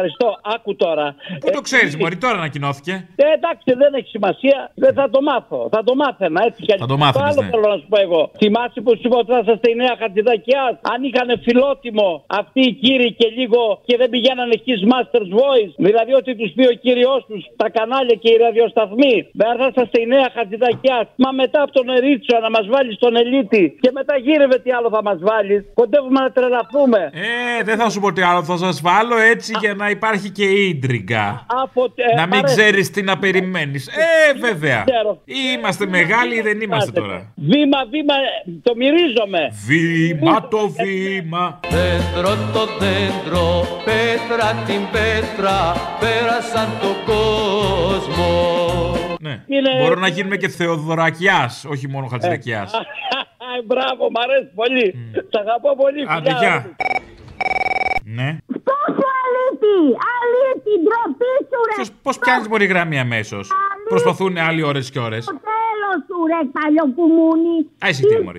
[SPEAKER 13] Άκου τώρα.
[SPEAKER 3] Πού το ξέρει, Μωρή, τώρα ανακοινώθηκε.
[SPEAKER 13] Ε, εντάξει, δεν έχει σημασία. Δεν θα το μάθω. Θα το μάθαινα έτσι κι αλλιώς.
[SPEAKER 3] το μάθαινες,
[SPEAKER 13] άλλο
[SPEAKER 3] ναι.
[SPEAKER 13] θέλω να σου πω εγώ. Θυμάσαι που σου είπα ότι θα είσαστε η νέα χαρτιδακιά. Αν είχαν φιλότιμο αυτοί οι κύριοι και λίγο και δεν πηγαίνανε εκεί Masters Voice, δηλαδή ότι τους πει ο κύριος τους τα κανάλια και οι ραδιοσταθμοί, δεν θα είσαστε η νέα χαρτιδακιά. Μα μετά από τον Ερίτσο να μας βάλεις τον Ελίτη και μετά γύρευε τι άλλο θα μας βάλεις. Κοντεύουμε να τρελαθούμε.
[SPEAKER 3] Ε, δεν θα σου πω τι άλλο, θα σας βάλω έτσι για να υπάρχει και ίντριγκα.
[SPEAKER 13] Από, ε,
[SPEAKER 3] Να μην
[SPEAKER 13] παρέ-
[SPEAKER 3] ξέρεις τι να περιμένεις. Ε, βέβαια.
[SPEAKER 13] ξέρω.
[SPEAKER 3] Ή είμαστε μεγάλοι ή δεν είμαστε τώρα.
[SPEAKER 13] Βήμα, βήμα, ε, το μυρίζομαι.
[SPEAKER 3] Βήμα το βήμα.
[SPEAKER 31] Δέντρο το δέντρο, πέτρα την πέτρα, πέρασαν το κόσμο.
[SPEAKER 3] Ναι.
[SPEAKER 13] Είναι-
[SPEAKER 3] Μπορώ να γίνουμε και Θεοδωρακιάς, όχι μόνο Χατζηδακιά.
[SPEAKER 13] [LAUGHS] Ε, Μπράβο, μ' αρέσει πολύ. Σ' αγαπώ πολύ.
[SPEAKER 3] Άντε,
[SPEAKER 13] φιλιά.
[SPEAKER 3] γεια. Ναι.
[SPEAKER 27] Τόσο αλήτη, αλήτη, ντροπή σου ρε.
[SPEAKER 3] Πώς πιάνεις μωρή γραμμή αμέσω. Προσπαθούν άλλοι ώρες και ώρες.
[SPEAKER 27] Το τέλος σου ρε, παλιοκουμούνι.
[SPEAKER 3] Άισε τι μωρή.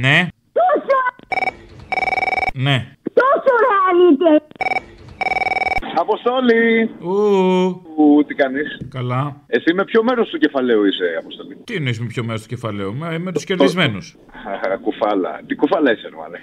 [SPEAKER 3] Ναι,
[SPEAKER 27] Τόσο,
[SPEAKER 3] ναι.
[SPEAKER 27] τόσο ρε αλήτη.
[SPEAKER 9] Αποστόλη! Ου, τι κάνεις.
[SPEAKER 3] Καλά.
[SPEAKER 9] Εσύ με ποιο μέρος του κεφαλαίου είσαι, Αποστόλη.
[SPEAKER 3] Τι είναι με πιο μέρος του κεφαλαίου, με, με του κερδισμένους.
[SPEAKER 9] Α, Κουφάλα. Τι κουφάλα είσαι, ρε μάλε.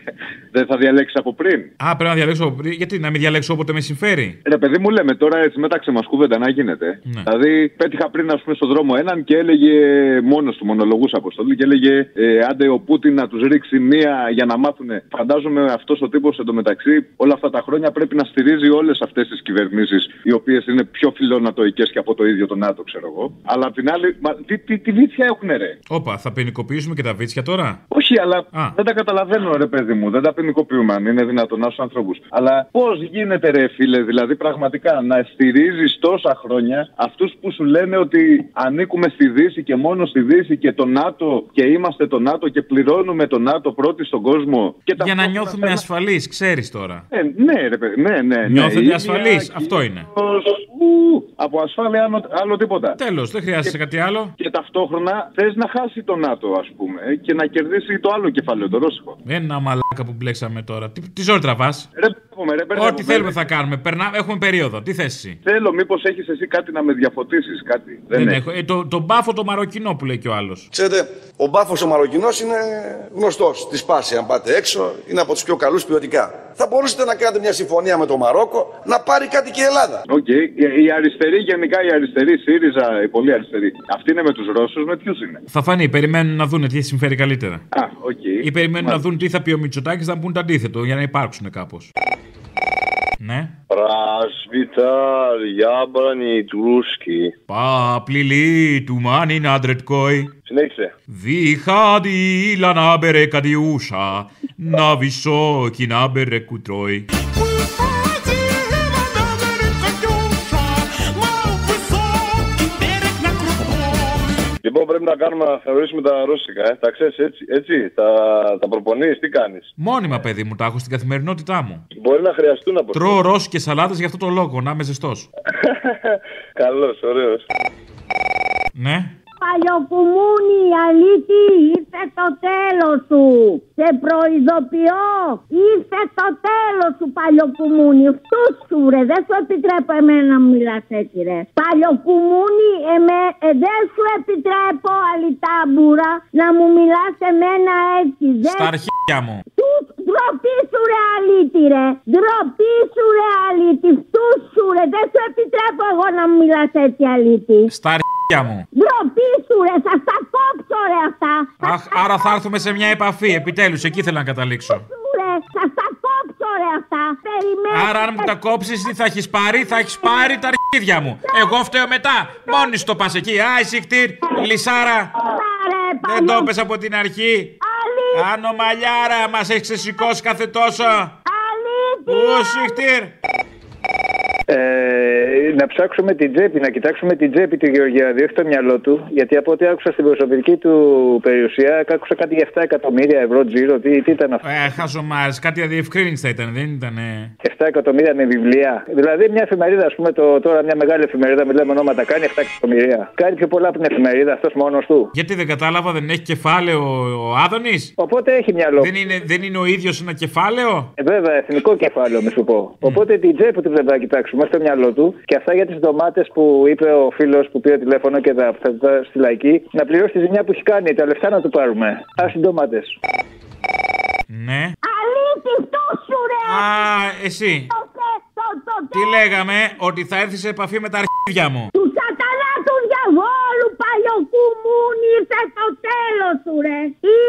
[SPEAKER 9] Δεν θα διαλέξεις από πριν.
[SPEAKER 3] Α, πρέπει να διαλέξω. από πριν. Γιατί να μην διαλέξω όποτε με συμφέρει.
[SPEAKER 9] Ε, Ρε παιδί μου λέμε τώρα έτσι μεταξύ μας κούβεντα να γίνεται.
[SPEAKER 3] Ναι.
[SPEAKER 9] Δηλαδή πέτυχα πριν ας πούμε στον δρόμο έναν και έλεγε μόνος του μονολογούς Αποστολή και έλεγε ε, άντε ο Πούτιν να τους ρίξει μία για να μάθουνε. Φαντάζομαι αυτός ο τύπος εντωμεταξύ όλα αυτά τα χρόνια πρέπει να στηρίζει όλες αυτές τις κυβερνήσεις οι οποίες είναι πιο φιλονατοικές και από το ίδιο το ΝΑΤΟ ξέρω εγώ. Αλλά απ' την άλλη μα, τι, τι, τι βίτσια έχουνε ρε.
[SPEAKER 3] Όπα, θα ποινικοποιήσουμε και τα βίτσια τώρα.
[SPEAKER 9] Όχι, αλλά δεν τα καταλαβαίνω, ρε παιδί μου. Δεν τα ποινικοποιούμε, αν είναι δυνατόν, άσου ανθρώπους. Αλλά πώς γίνεται, ρε φίλε, δηλαδή πραγματικά να στηρίζεις τόσα χρόνια αυτούς που σου λένε ότι ανήκουμε στη Δύση και μόνο στη Δύση και το ΝΑΤΟ και είμαστε το ΝΑΤΟ και πληρώνουμε το ΝΑΤΟ πρώτοι στον κόσμο. Και
[SPEAKER 3] Για να
[SPEAKER 9] ταυτόχρονα
[SPEAKER 3] νιώθουμε
[SPEAKER 9] θέλουμε-
[SPEAKER 3] ασφαλείς, ξέρεις τώρα.
[SPEAKER 9] Ε, ναι, ρε παιδί, ναι, ναι. ναι.
[SPEAKER 3] Νιώθετε
[SPEAKER 9] Η
[SPEAKER 3] ασφαλεί,
[SPEAKER 9] ίδια
[SPEAKER 3] αυτό είναι.
[SPEAKER 9] Ως- ου, από ασφάλεια άλλο, άλλο τίποτα.
[SPEAKER 3] Τέλος, δεν χρειάζεται κάτι άλλο.
[SPEAKER 9] Και ταυτόχρονα θες να χάσει το ΝΑΤΟ, ας πούμε, και να κερδίσει το άλλο κεφάλαιο, το ρώσικο.
[SPEAKER 3] Ένα μαλάκα που μπλέξαμε τώρα. Τι, τι ζόρι τραβάς.
[SPEAKER 9] πούμε, ρε, μπερδεύομαι,
[SPEAKER 3] Ό,τι θέλουμε
[SPEAKER 9] ρε.
[SPEAKER 3] θα κάνουμε. Περνάμε, έχουμε περίοδο. Τι θέση.
[SPEAKER 9] Θέλω, μήπως έχεις εσύ κάτι να με διαφωτίσεις, κάτι.
[SPEAKER 3] Δεν, έχω. Ε, το, τον μπάφο το μαροκινό που λέει και ο άλλος.
[SPEAKER 32] Ξέρετε, ο μπάφος ο Μαροκινός είναι γνωστός τη πάση. Αν πάτε έξω, είναι από τους πιο καλούς ποιοτικά. Θα μπορούσατε να κάνετε μια συμφωνία με το Μαρόκο να πάρει κάτι και η Ελλάδα.
[SPEAKER 9] Οκ. Η- Η αριστερή, γενικά η αριστερή, ΣΥΡΙΖΑ, η πολύ αριστερή. Αυτή είναι με τους Ρώσους, με ποιους είναι.
[SPEAKER 3] Θα φανεί, περιμένουν να δουν τι συμφέρει καλύτερα.
[SPEAKER 9] Α, οκ.
[SPEAKER 3] Ή περιμένουν να δουν τι θα πει ο Μητσοτάκης, να πούν το αντίθετο για να υπάρξουν κάπως. Ναι.
[SPEAKER 33] Просвитал яблони и дружки.
[SPEAKER 3] Παπλιλί του μάνιν αντρετκόι.
[SPEAKER 33] Συνέχισε.
[SPEAKER 3] Διχάδι λανά μπερε κατιούσα. Να βυσό κοινά μπερε κουτρόι.
[SPEAKER 33] Λοιπόν, πρέπει να κάνουμε να θεωρήσουμε τα ρώσικα. Ε. Τα ξέρεις έτσι, έτσι. Τα, τα προπονείς, τι κάνεις.
[SPEAKER 3] Μόνιμα, παιδί μου, τα έχω στην καθημερινότητά μου.
[SPEAKER 33] Μπορεί να χρειαστούν από
[SPEAKER 3] Τρώω ρώσι και σαλάτες για
[SPEAKER 33] [LAUGHS]
[SPEAKER 3] αυτό το λόγο, να είμαι ζεστός.
[SPEAKER 33] Καλό, ωραίος.
[SPEAKER 3] Ναι.
[SPEAKER 27] Παλιοκουμούνι, αλήτη, ήρθε το τέλος σου. Σε προειδοποιώ, ήρθε το τέλος σου, παλιοκουμούνι. Φτούς σου, ρε, δεν σου επιτρέπω εμένα να μιλάς έτσι, ρε. Παλιοκουμούνι, εμέ, ε, δεν σου επιτρέπω, αλυτάμπουρα, να μου μιλάς εμένα έτσι. Δεν...
[SPEAKER 3] Στα αρχίδια μου.
[SPEAKER 27] Του ντροπή σου ρε αλήτη ρε. Ντροπή σου ρε αλήτη. Φτούς σου ρε. Δεν σου επιτρέπω εγώ να μου μιλάς έτσι αλήτη.
[SPEAKER 3] Στα αρχίδια μου.
[SPEAKER 27] Ντροπή σου ρε. Θα στα κόψω ρε αυτά.
[SPEAKER 3] Αχ, άρα θα έρθουμε σε μια επαφή. Επιτέλους, εκεί ήθελα να καταλήξω.
[SPEAKER 27] Σου, ρε. Θα στα κόψω ρε αυτά. Περιμένω.
[SPEAKER 3] Άρα, αν μου τα κόψεις, τι θα έχεις πάρει, θα έχεις πάρει τα αρχίδια μου. Εγώ φταίω μετά. Μόνης το πας εκεί. Α, εσύ χτύρ, λισάρα. Δεν το πες από την αρχή. Άνω μαλλιάρα, μας έχεις ξεσηκώσει κάθε τόσο. Πού συχτήρ.
[SPEAKER 21] Ε, να ψάξουμε την τσέπη, να κοιτάξουμε την τσέπη του Γεωργιάδη, όχι το μυαλό του. Γιατί από ό,τι άκουσα στην προσωπική του περιουσία, άκουσα κάτι για 7 εκατομμύρια ευρώ τζίρο. Τι, τι ήταν αυτό.
[SPEAKER 3] Ε, χαζομάρες, κάτι αδιευκρίνηση θα ήταν, δεν ήταν.
[SPEAKER 21] 7 εκατομμύρια με βιβλία. Δηλαδή μια εφημερίδα, ας πούμε, το, τώρα μια μεγάλη εφημερίδα, μιλάμε ονόματα, κάνει 7 εκατομμύρια. Κάνει πιο πολλά από την εφημερίδα αυτός μόνος του.
[SPEAKER 3] Γιατί δεν κατάλαβα, δεν έχει κεφάλαιο ο Άδωνης.
[SPEAKER 21] Οπότε έχει μυαλό.
[SPEAKER 3] Δεν είναι, δεν είναι ο ίδιος ένα κεφάλαιο.
[SPEAKER 21] Ε, βέβαια, εθνικό κεφάλαιο, μη σου πω. Οπότε την τσέπη του πρέπει να κοιτάξουμε στο μυαλό του και αυτά για τις ντομάτες που είπε ο φίλος που πήρε τηλέφωνο και τα, θα τα στη λαϊκή. Να πληρώσει τη ζημιά που έχει κάνει, τα λεφτά να του πάρουμε. Ας τι ντομάτες.
[SPEAKER 3] Ναι.
[SPEAKER 27] Αλήτη, φτού σου ρε.
[SPEAKER 3] Α, εσύ.
[SPEAKER 27] Το θε, το, το,
[SPEAKER 3] Τι λέγαμε, ότι θα έρθεις σε επαφή με τα αρχίδια μου.
[SPEAKER 27] Τους σατανά του διαβόλου, παλιοκουμούνι, ήρθες το τέλος σου, ρε.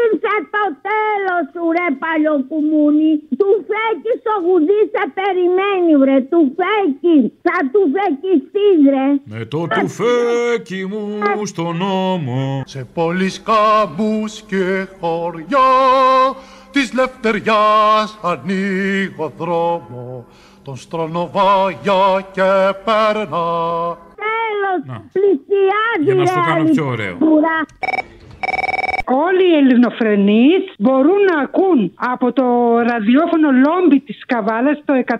[SPEAKER 27] Ήρθε το τέλος σου, ρε, παλιοκουμούνι. Του φέκεις το γουδί, σε περιμένει, βρε. Του φέκεις, θα του φέκιστεί, ρε.
[SPEAKER 3] Με το τουφέκι μου στον νόμο.
[SPEAKER 34] Σε πόλεις κάμπους και χωριά της λευτεριάς ανοίγω δρόμο τον στρονοβάγια και περνά
[SPEAKER 27] Τέλο, πλησιάζει,
[SPEAKER 34] Για να
[SPEAKER 27] ρε,
[SPEAKER 34] στο κάνω
[SPEAKER 3] πιο ωραίο.
[SPEAKER 27] αλήθεια.
[SPEAKER 7] Όλοι οι ελληνοφρενείς μπορούν να ακούν από το ραδιόφωνο λόμπι της Καβάλας το 101,8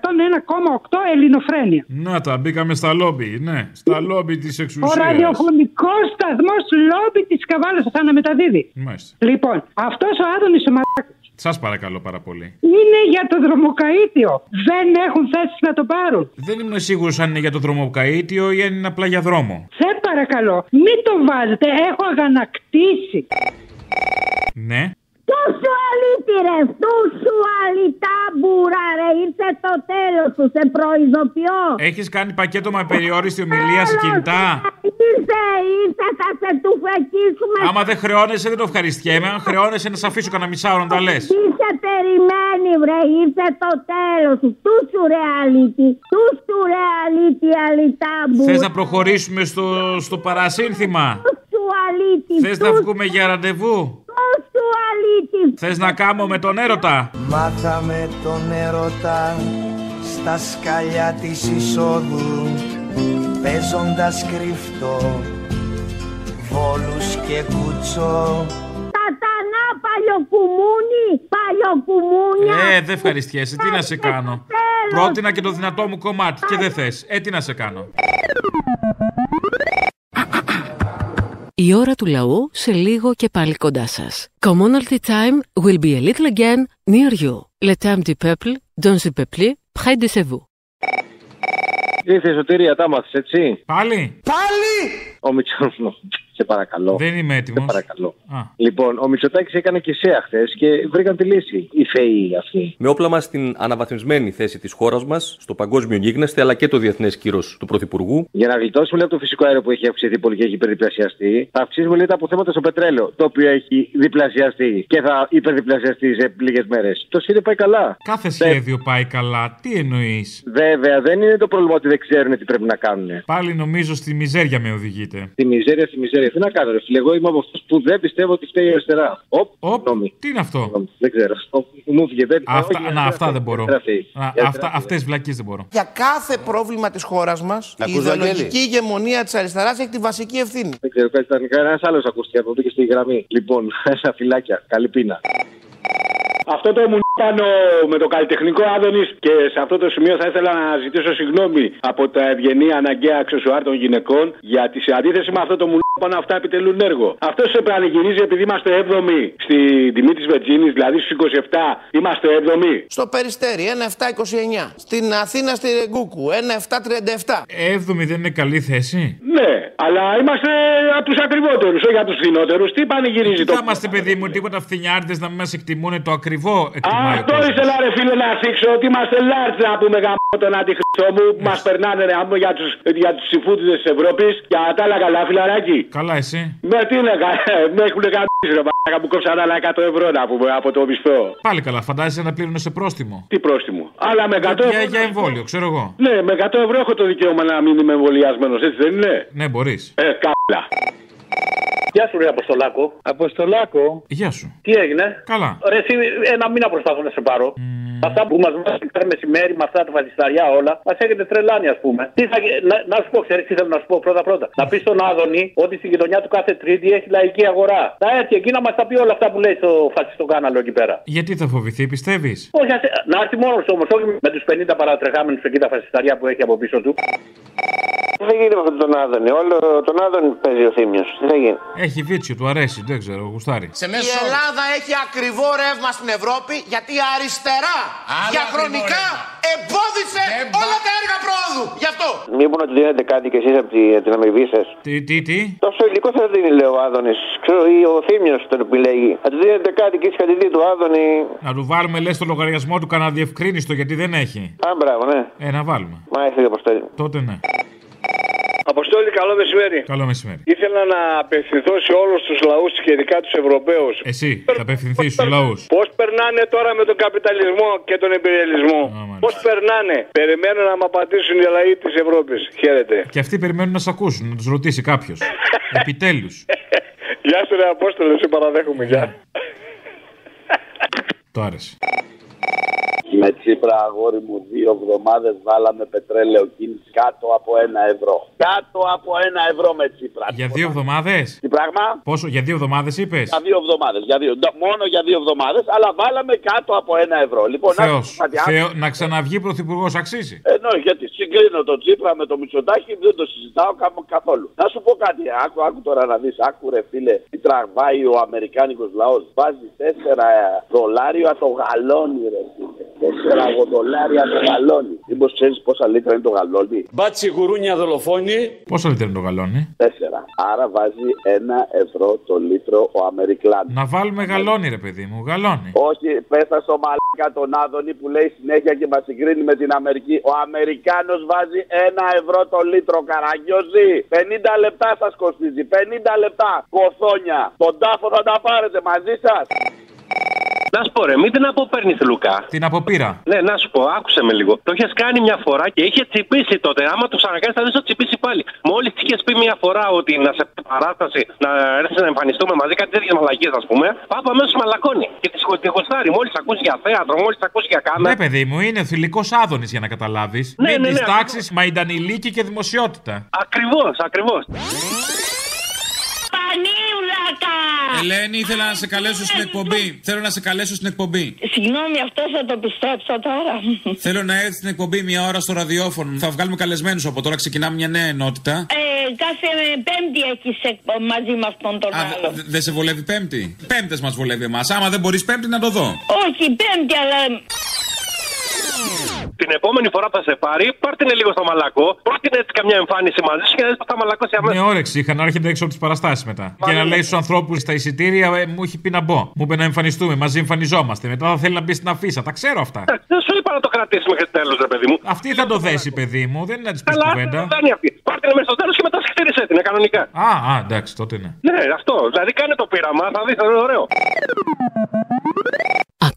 [SPEAKER 7] ελληνοφρένια.
[SPEAKER 3] Να τα, μπήκαμε στα λόμπι, ναι. Στα λόμπι της
[SPEAKER 7] Ο
[SPEAKER 3] εξουσίας.
[SPEAKER 7] ραδιοφωνικός σταθμός λόμπι της Καβάλας θα αναμεταδίδει.
[SPEAKER 3] Μάλιστα.
[SPEAKER 7] Λοιπόν, αυτός ο Άδωνης ο μαλάκας
[SPEAKER 3] Σας παρακαλώ πάρα πολύ.
[SPEAKER 7] είναι για το δρομοκαΐτιο. Δεν έχουν θέσεις να τον πάρουν.
[SPEAKER 3] Δεν ήμουν σίγουρος αν είναι για το δρομοκαίτιο ή αν είναι απλά για δρόμο.
[SPEAKER 7] Σε παρακαλώ, μην τον βάζετε. Έχω αγανακτήσει.
[SPEAKER 3] Ναι.
[SPEAKER 27] Του σου αλήτη ρε, του σου αλητάμπουρα ρε, ήρθε το τέλος σου, σε προειδοποιώ.
[SPEAKER 3] Έχεις κάνει πακέτο με περιόριστη ομιλία σε κινητά.
[SPEAKER 27] Ήρθε, ήρθε, θα σε του φεκίσουμε.
[SPEAKER 3] Άμα δεν χρεώνεσαι, δεν το ευχαριστιέμαι. Αν χρεώνεσαι, να σε αφήσω κανένα μισάωρο να τα λε.
[SPEAKER 27] Τι σε περιμένει βρε, ήρθε το τέλος σου, του σου ρε αλήτη, του σου ρε αλήτη αλητάμπουρα.
[SPEAKER 3] Θες να προχωρήσουμε στο, στο παρασύνθημα.
[SPEAKER 27] Του σου αλήτη,
[SPEAKER 3] Θες να βγούμε για ραντεβού.
[SPEAKER 27] του σου αλήτη.
[SPEAKER 3] Θες να κάμω με τον έρωτα.
[SPEAKER 19] Μάθαμε τον έρωτα στα σκαλιά της εισόδου παίζοντας κρυφτό βόλους και κουτσό
[SPEAKER 27] Σατανά παλιοκουμούνι, παλιοκουμούνια.
[SPEAKER 3] Ε, δεν ευχαριστιέσαι. Τι να σε κάνω. Πρότεινα και το δυνατό μου κομμάτι και δεν θες. Ε, τι να σε κάνω.
[SPEAKER 1] Η ώρα του λαού σε λίγο και πάλι κοντά σας. Commonalty time will be a little again near you. Le temps du peuple, dans le peuple, près de chez vous.
[SPEAKER 34] Ήρθε η σωτηρία, τα μάθες, έτσι.
[SPEAKER 3] Πάλι.
[SPEAKER 34] Πάλι! Ο Μητσο- Σε παρακαλώ.
[SPEAKER 3] Δεν είμαι έτοιμο.
[SPEAKER 34] Σε παρακαλώ. Λοιπόν, ο Μητσοτάκης έκανε και σε χθες και βρήκαν τη λύση. Οι θεοί αυτοί.
[SPEAKER 18] Με όπλα μας την αναβαθμισμένη θέση της χώρας μας στο παγκόσμιο γίγνεσθε αλλά και το διεθνές κύρος του Πρωθυπουργού.
[SPEAKER 34] Για να γλιτώσουμε λέει, από το φυσικό αέριο που έχει αυξηθεί πολύ και έχει υπερδιπλασιαστεί, θα αυξήσουμε λέει, τα αποθέματα στο πετρέλαιο, το οποίο έχει διπλασιαστεί και θα υπερδιπλασιαστεί σε λίγες μέρες. Το σχέδιο πάει καλά.
[SPEAKER 3] Κάθε σχέδιο πάει καλά. Τι εννοείς.
[SPEAKER 34] Βέβαια, δεν είναι το πρόβλημα ότι δεν ξέρουν τι πρέπει να κάνουν.
[SPEAKER 3] Πάλι νομίζω στη μιζέρια με οδηγείτε.
[SPEAKER 34] Στη μιζέρια, στη μιζέρια. Τι να κάνω, ρε φίλε. Εγώ είμαι από αυτούς που δεν πιστεύω ότι φταίει η αριστερά. Οπ, συγγνώμη.
[SPEAKER 3] Τι είναι αυτό.
[SPEAKER 34] Δεν ξέρω. Οπ, Μου βγήκε. Δεν...
[SPEAKER 3] Αυτά,
[SPEAKER 34] όχι, η
[SPEAKER 3] να,
[SPEAKER 34] αριστερά
[SPEAKER 3] αυτά δεν μπορώ.
[SPEAKER 34] φταίει, η αριστερά φταίει. Η αριστερά
[SPEAKER 3] Αυτέ αυτές βλακίες δεν μπορώ.
[SPEAKER 16] Για κάθε πρόβλημα της χώρας μας, η
[SPEAKER 34] Ακούς, Βαγγέλη?
[SPEAKER 16] ιδεολογική ηγεμονία της αριστεράς έχει τη βασική ευθύνη.
[SPEAKER 34] Δεν ξέρω, κάτι ήταν. Ένας άλλος [LAUGHS] ακούστηκε από εκεί στη γραμμή. Λοιπόν, ένα φυλάκια. Καλή πείνα.
[SPEAKER 20] Αυτό το μου
[SPEAKER 15] πάνω με το καλλιτεχνικό Άδωνης και σε αυτό το σημείο θα ήθελα να ζητήσω συγγνώμη από τα ευγενή αναγκαία αξεσουάρ των γυναικών γιατί σε αντίθεση με αυτό το μουλό πάνω αυτά επιτελούν έργο. Αυτός σε πανηγυρίζει επειδή είμαστε 7η στη τιμή της Βετζίνης, δηλαδή στους 27 είμαστε 7η.
[SPEAKER 16] Στο περιστέρι, 1729. Στην Αθήνα στη Ρεγκούκου, 1737.
[SPEAKER 3] Έβδομη δεν είναι καλή θέση.
[SPEAKER 15] Ναι, αλλά είμαστε από τους ακριβότερους, όχι από τους φθηνότερους. Τι πανηγυρίζει το.
[SPEAKER 3] Θα είμαστε, παιδί μου, τίποτα φθηνιάρτες να μην μας εκτιμούν το ακριβό. εκτιμάει ο
[SPEAKER 15] Αυτό
[SPEAKER 3] κόσμος.
[SPEAKER 15] ήθελα ρε φίλε να θίξω ότι είμαστε large να πούμε γαμπό τον αντιχριστό μου που μας περνάνε ρε άμα για τους, για τους ψηφούτιδες της Ευρώπης για τα άλλα καλά φιλαράκι.
[SPEAKER 3] Καλά εσύ.
[SPEAKER 15] Με τι είναι κα... με έχουν γαμπήσει ρε μαλάκα μου κόψαν άλλα 100 ευρώ να πούμε από το μισθό.
[SPEAKER 3] Πάλι καλά, φαντάζεσαι να πλήρουν σε πρόστιμο.
[SPEAKER 15] Τι πρόστιμο. Αλλά με 100
[SPEAKER 3] Για,
[SPEAKER 15] ευρώ...
[SPEAKER 3] για εμβόλιο, ξέρω εγώ.
[SPEAKER 15] Ναι, με 100 ευρώ έχω το δικαίωμα να μην είμαι εμβολιασμένος, έτσι δεν είναι.
[SPEAKER 3] Ναι, μπορείς.
[SPEAKER 15] Ε, καλά.
[SPEAKER 35] Γεια σου, ρε Αποστολάκο. Αποστολάκο.
[SPEAKER 3] Γεια σου.
[SPEAKER 35] Τι έγινε.
[SPEAKER 3] Καλά.
[SPEAKER 35] Ρε, εσύ, ένα μήνα προσπαθώ να σε πάρω. Αυτά που μας βάζουν κάθε μεσημέρι, με αυτά τα βαλισταριά όλα, μας έχετε τρελάνει, ας πούμε. Τι θα, γε- να, να σου πω, ξέρεις τι θέλω να σου πω πρώτα-πρώτα. Να πεις στον Άδωνη ότι στην γειτονιά του κάθε Τρίτη έχει λαϊκή αγορά. Να έρθει εκεί να μας τα πει όλα αυτά που λέει στο φασιστό κάναλο εκεί πέρα.
[SPEAKER 3] Γιατί θα φοβηθεί, πιστεύεις.
[SPEAKER 35] Όχι, ας- να έρθει μόνος όμως, όχι με τους 50 παρατρεχάμενους εκεί τα φασισταριά που έχει από πίσω του.
[SPEAKER 36] Τι θα γίνει με αυτόν τον Άδωνη, όλο τον Άδωνη παίζει ο Θήμιος. Τι θα γίνει.
[SPEAKER 3] Έχει βίτσιο, του αρέσει, δεν ξέρω, γουστάρει.
[SPEAKER 16] Η Ελλάδα έχει ακριβό ρεύμα στην Ευρώπη γιατί η αριστερά
[SPEAKER 36] Άλλο
[SPEAKER 16] διαχρονικά εμπόδισε όλα τα έργα πρόοδου. Γι' αυτό.
[SPEAKER 36] Μήπως να του δίνετε κάτι κι εσείς από τη- από την αμοιβή σας.
[SPEAKER 3] Τι, τι, τι.
[SPEAKER 36] Τόσο υλικό θα δίνει, λέει ο Άδωνης. Ξέρω, ή ο Θήμιος τον επιλέγει. Να του δίνετε κάτι και εσεί δει του Άδωνη.
[SPEAKER 3] Να του βάλουμε, λες, το λογαριασμό του κανένα διευκρίνηστο γιατί δεν έχει.
[SPEAKER 36] Α, μπράβο, ναι.
[SPEAKER 3] Ε, να βάλουμε.
[SPEAKER 36] Μα έφυγε αποστολή.
[SPEAKER 3] Τότε ναι.
[SPEAKER 37] Αποστόλη, καλό μεσημέρι.
[SPEAKER 3] Καλό μεσημέρι.
[SPEAKER 37] Ήθελα να απευθυνθώ σε όλους τους λαούς και ειδικά τους Ευρωπαίους.
[SPEAKER 3] Εσύ, θα απευθυνθείς στους λαούς.
[SPEAKER 37] Πώς περνάνε τώρα με τον καπιταλισμό και τον εμπειριαλισμό. Πώς περνάνε. Περιμένω να μου απαντήσουν οι λαοί της Ευρώπης. Χαίρετε.
[SPEAKER 3] Και αυτοί περιμένουν να σε ακούσουν, να τους ρωτήσει κάποιος. Επιτέλους.
[SPEAKER 37] [LAUGHS] Γεια σου, ρε Απόστολε, σε παραδέχομαι. Γεια.
[SPEAKER 3] Το άρεσε.
[SPEAKER 5] Με Τσίπρα, αγόρι μου, δύο εβδομάδες βάλαμε πετρέλαιο κίνηση κάτω από ένα ευρώ. Κάτω από ένα ευρώ με Τσίπρα.
[SPEAKER 3] Για δύο εβδομάδες.
[SPEAKER 5] Τι πράγμα?
[SPEAKER 3] Πόσο, για δύο εβδομάδες είπες.
[SPEAKER 5] Για δύο εβδομάδες. Για δύο, ντα- μόνο για δύο εβδομάδες, αλλά βάλαμε κάτω από ένα ευρώ. Λοιπόν, να
[SPEAKER 3] Θεός.
[SPEAKER 5] σου πω κάτι, αν-
[SPEAKER 3] Να ξαναβγεί πρωθυπουργός, αξίζει.
[SPEAKER 5] Ενώ Ε, γιατί συγκρίνω τον Τσίπρα με τον Μητσοτάκη, δεν το συζητάω κα- καθόλου. Να σου πω κάτι, άκου, άκου τώρα να δεις, άκου ρε φίλε, τι τραβάει ο Αμερικάνικος λαός. Βάζει 4 δολάρια το γαλόνι, ρε φίλε. 4 δολάρια το γαλόνι. Μήπως ξέρεις πόσα λίτρα είναι το γαλόνι.
[SPEAKER 6] Μπάτσι γουρούνια δολοφόνη.
[SPEAKER 3] Πόσο λίτρο είναι το γαλόνι.
[SPEAKER 5] 4. Άρα βάζει 1 ευρώ το λίτρο ο Αμερικλάνο.
[SPEAKER 3] Να βάλουμε γαλόνι, ρε παιδί μου, γαλόνι.
[SPEAKER 5] Όχι, πέσα στο μαλάκα τον Άδωνη που λέει συνέχεια και μας συγκρίνει με την Αμερική. Ο Αμερικάνος βάζει ένα ευρώ το λίτρο, καραγκιόζη. 50 λεπτά σας κοστίζει. 50 λεπτά. Κοθόνια. Τον τάφο θα τα πάρετε μαζί σας.
[SPEAKER 6] Να σου πω, ρε, μην την αποπέρνεις, Λουκά.
[SPEAKER 3] Την αποπείρα.
[SPEAKER 6] Ναι, να σου πω, άκουσε με λίγο. Το είχες κάνει μια φορά και είχε τσιπήσει τότε. Άμα το ξανακάνεις, θα δεις ότι τσιπήσει πάλι. Μόλις τη είχες πει μια φορά ότι να σε παράσταση, να έρθεις να εμφανιστούμε μαζί, κάτι τέτοιες μαλακίες, ας πούμε, πάπα αμέσως μαλακώνει. Και τη χω- τη χωστάρει. Μόλις ακούσει για θέατρο, μόλις ακούσει για κάμερα.
[SPEAKER 3] Ναι, παιδί μου, είναι θηλυκός άδωνης για να καταλάβεις.
[SPEAKER 6] Ναι,
[SPEAKER 3] Μην
[SPEAKER 6] ναι,
[SPEAKER 3] τις
[SPEAKER 6] ναι,
[SPEAKER 3] τάξεις, μα ήταν ηλίκη και δημοσιότητα.
[SPEAKER 6] Ακριβώς, ακριβώς.
[SPEAKER 27] Πανίουλακα!
[SPEAKER 3] Ελένη, ήθελα να σε καλέσω στην εκπομπή. Θέλω να σε καλέσω στην εκπομπή.
[SPEAKER 27] Συγγνώμη, αυτό θα το πιστέψω τώρα.
[SPEAKER 3] Θέλω να έρθει στην εκπομπή μια ώρα στο ραδιόφωνο. Θα βγάλουμε καλεσμένους από τώρα. Ξεκινάμε μια νέα ενότητα.
[SPEAKER 27] Ε, κάθε πέμπτη έχεις μαζί με αυτόν τον άλλο.
[SPEAKER 3] Δεν σε βολεύει Πέμπτη. Πέμπτες μας βολεύει εμάς. Άμα δεν μπορείς Πέμπτη να το δω.
[SPEAKER 27] Όχι, πέμπτη, αλλά
[SPEAKER 3] Ναι.
[SPEAKER 6] Την επόμενη φορά που θα σε πάρει, πάρτινε λίγο στο μαλακό. Πρότεινε έτσι καμιά εμφάνιση μαζί σου και να δει θα μαλακώσει αμέσως.
[SPEAKER 3] Ναι, όρεξη είχα να έρχεται έξω από τις παραστάσεις μετά. Και να λέει στους ανθρώπους στα εισιτήρια, ε, μου έχει πει να μπω. Μου είπε να εμφανιστούμε, μαζί εμφανιζόμαστε. Μετά θα θέλει να μπει στην αφίσα, τα ξέρω αυτά.
[SPEAKER 6] Εντάξει, Δεν σου είπα να το κρατήσει μέχρι τέλος, ρε παιδί μου.
[SPEAKER 3] Αυτή θα το δέσει, παιδί μου, δεν είναι να της πεις
[SPEAKER 6] Καλά,
[SPEAKER 3] κουβέντα.
[SPEAKER 6] Φτάνει αυτή. Πάρτε μέσα στο τέλος και μετά σχετήρισε την κανονικά.
[SPEAKER 3] Α, α, εντάξει, τότε ναι.
[SPEAKER 6] Ναι, αυτό. Δηλαδή κάνε το πείραμα, θα δεις, θα είναι ωραίο.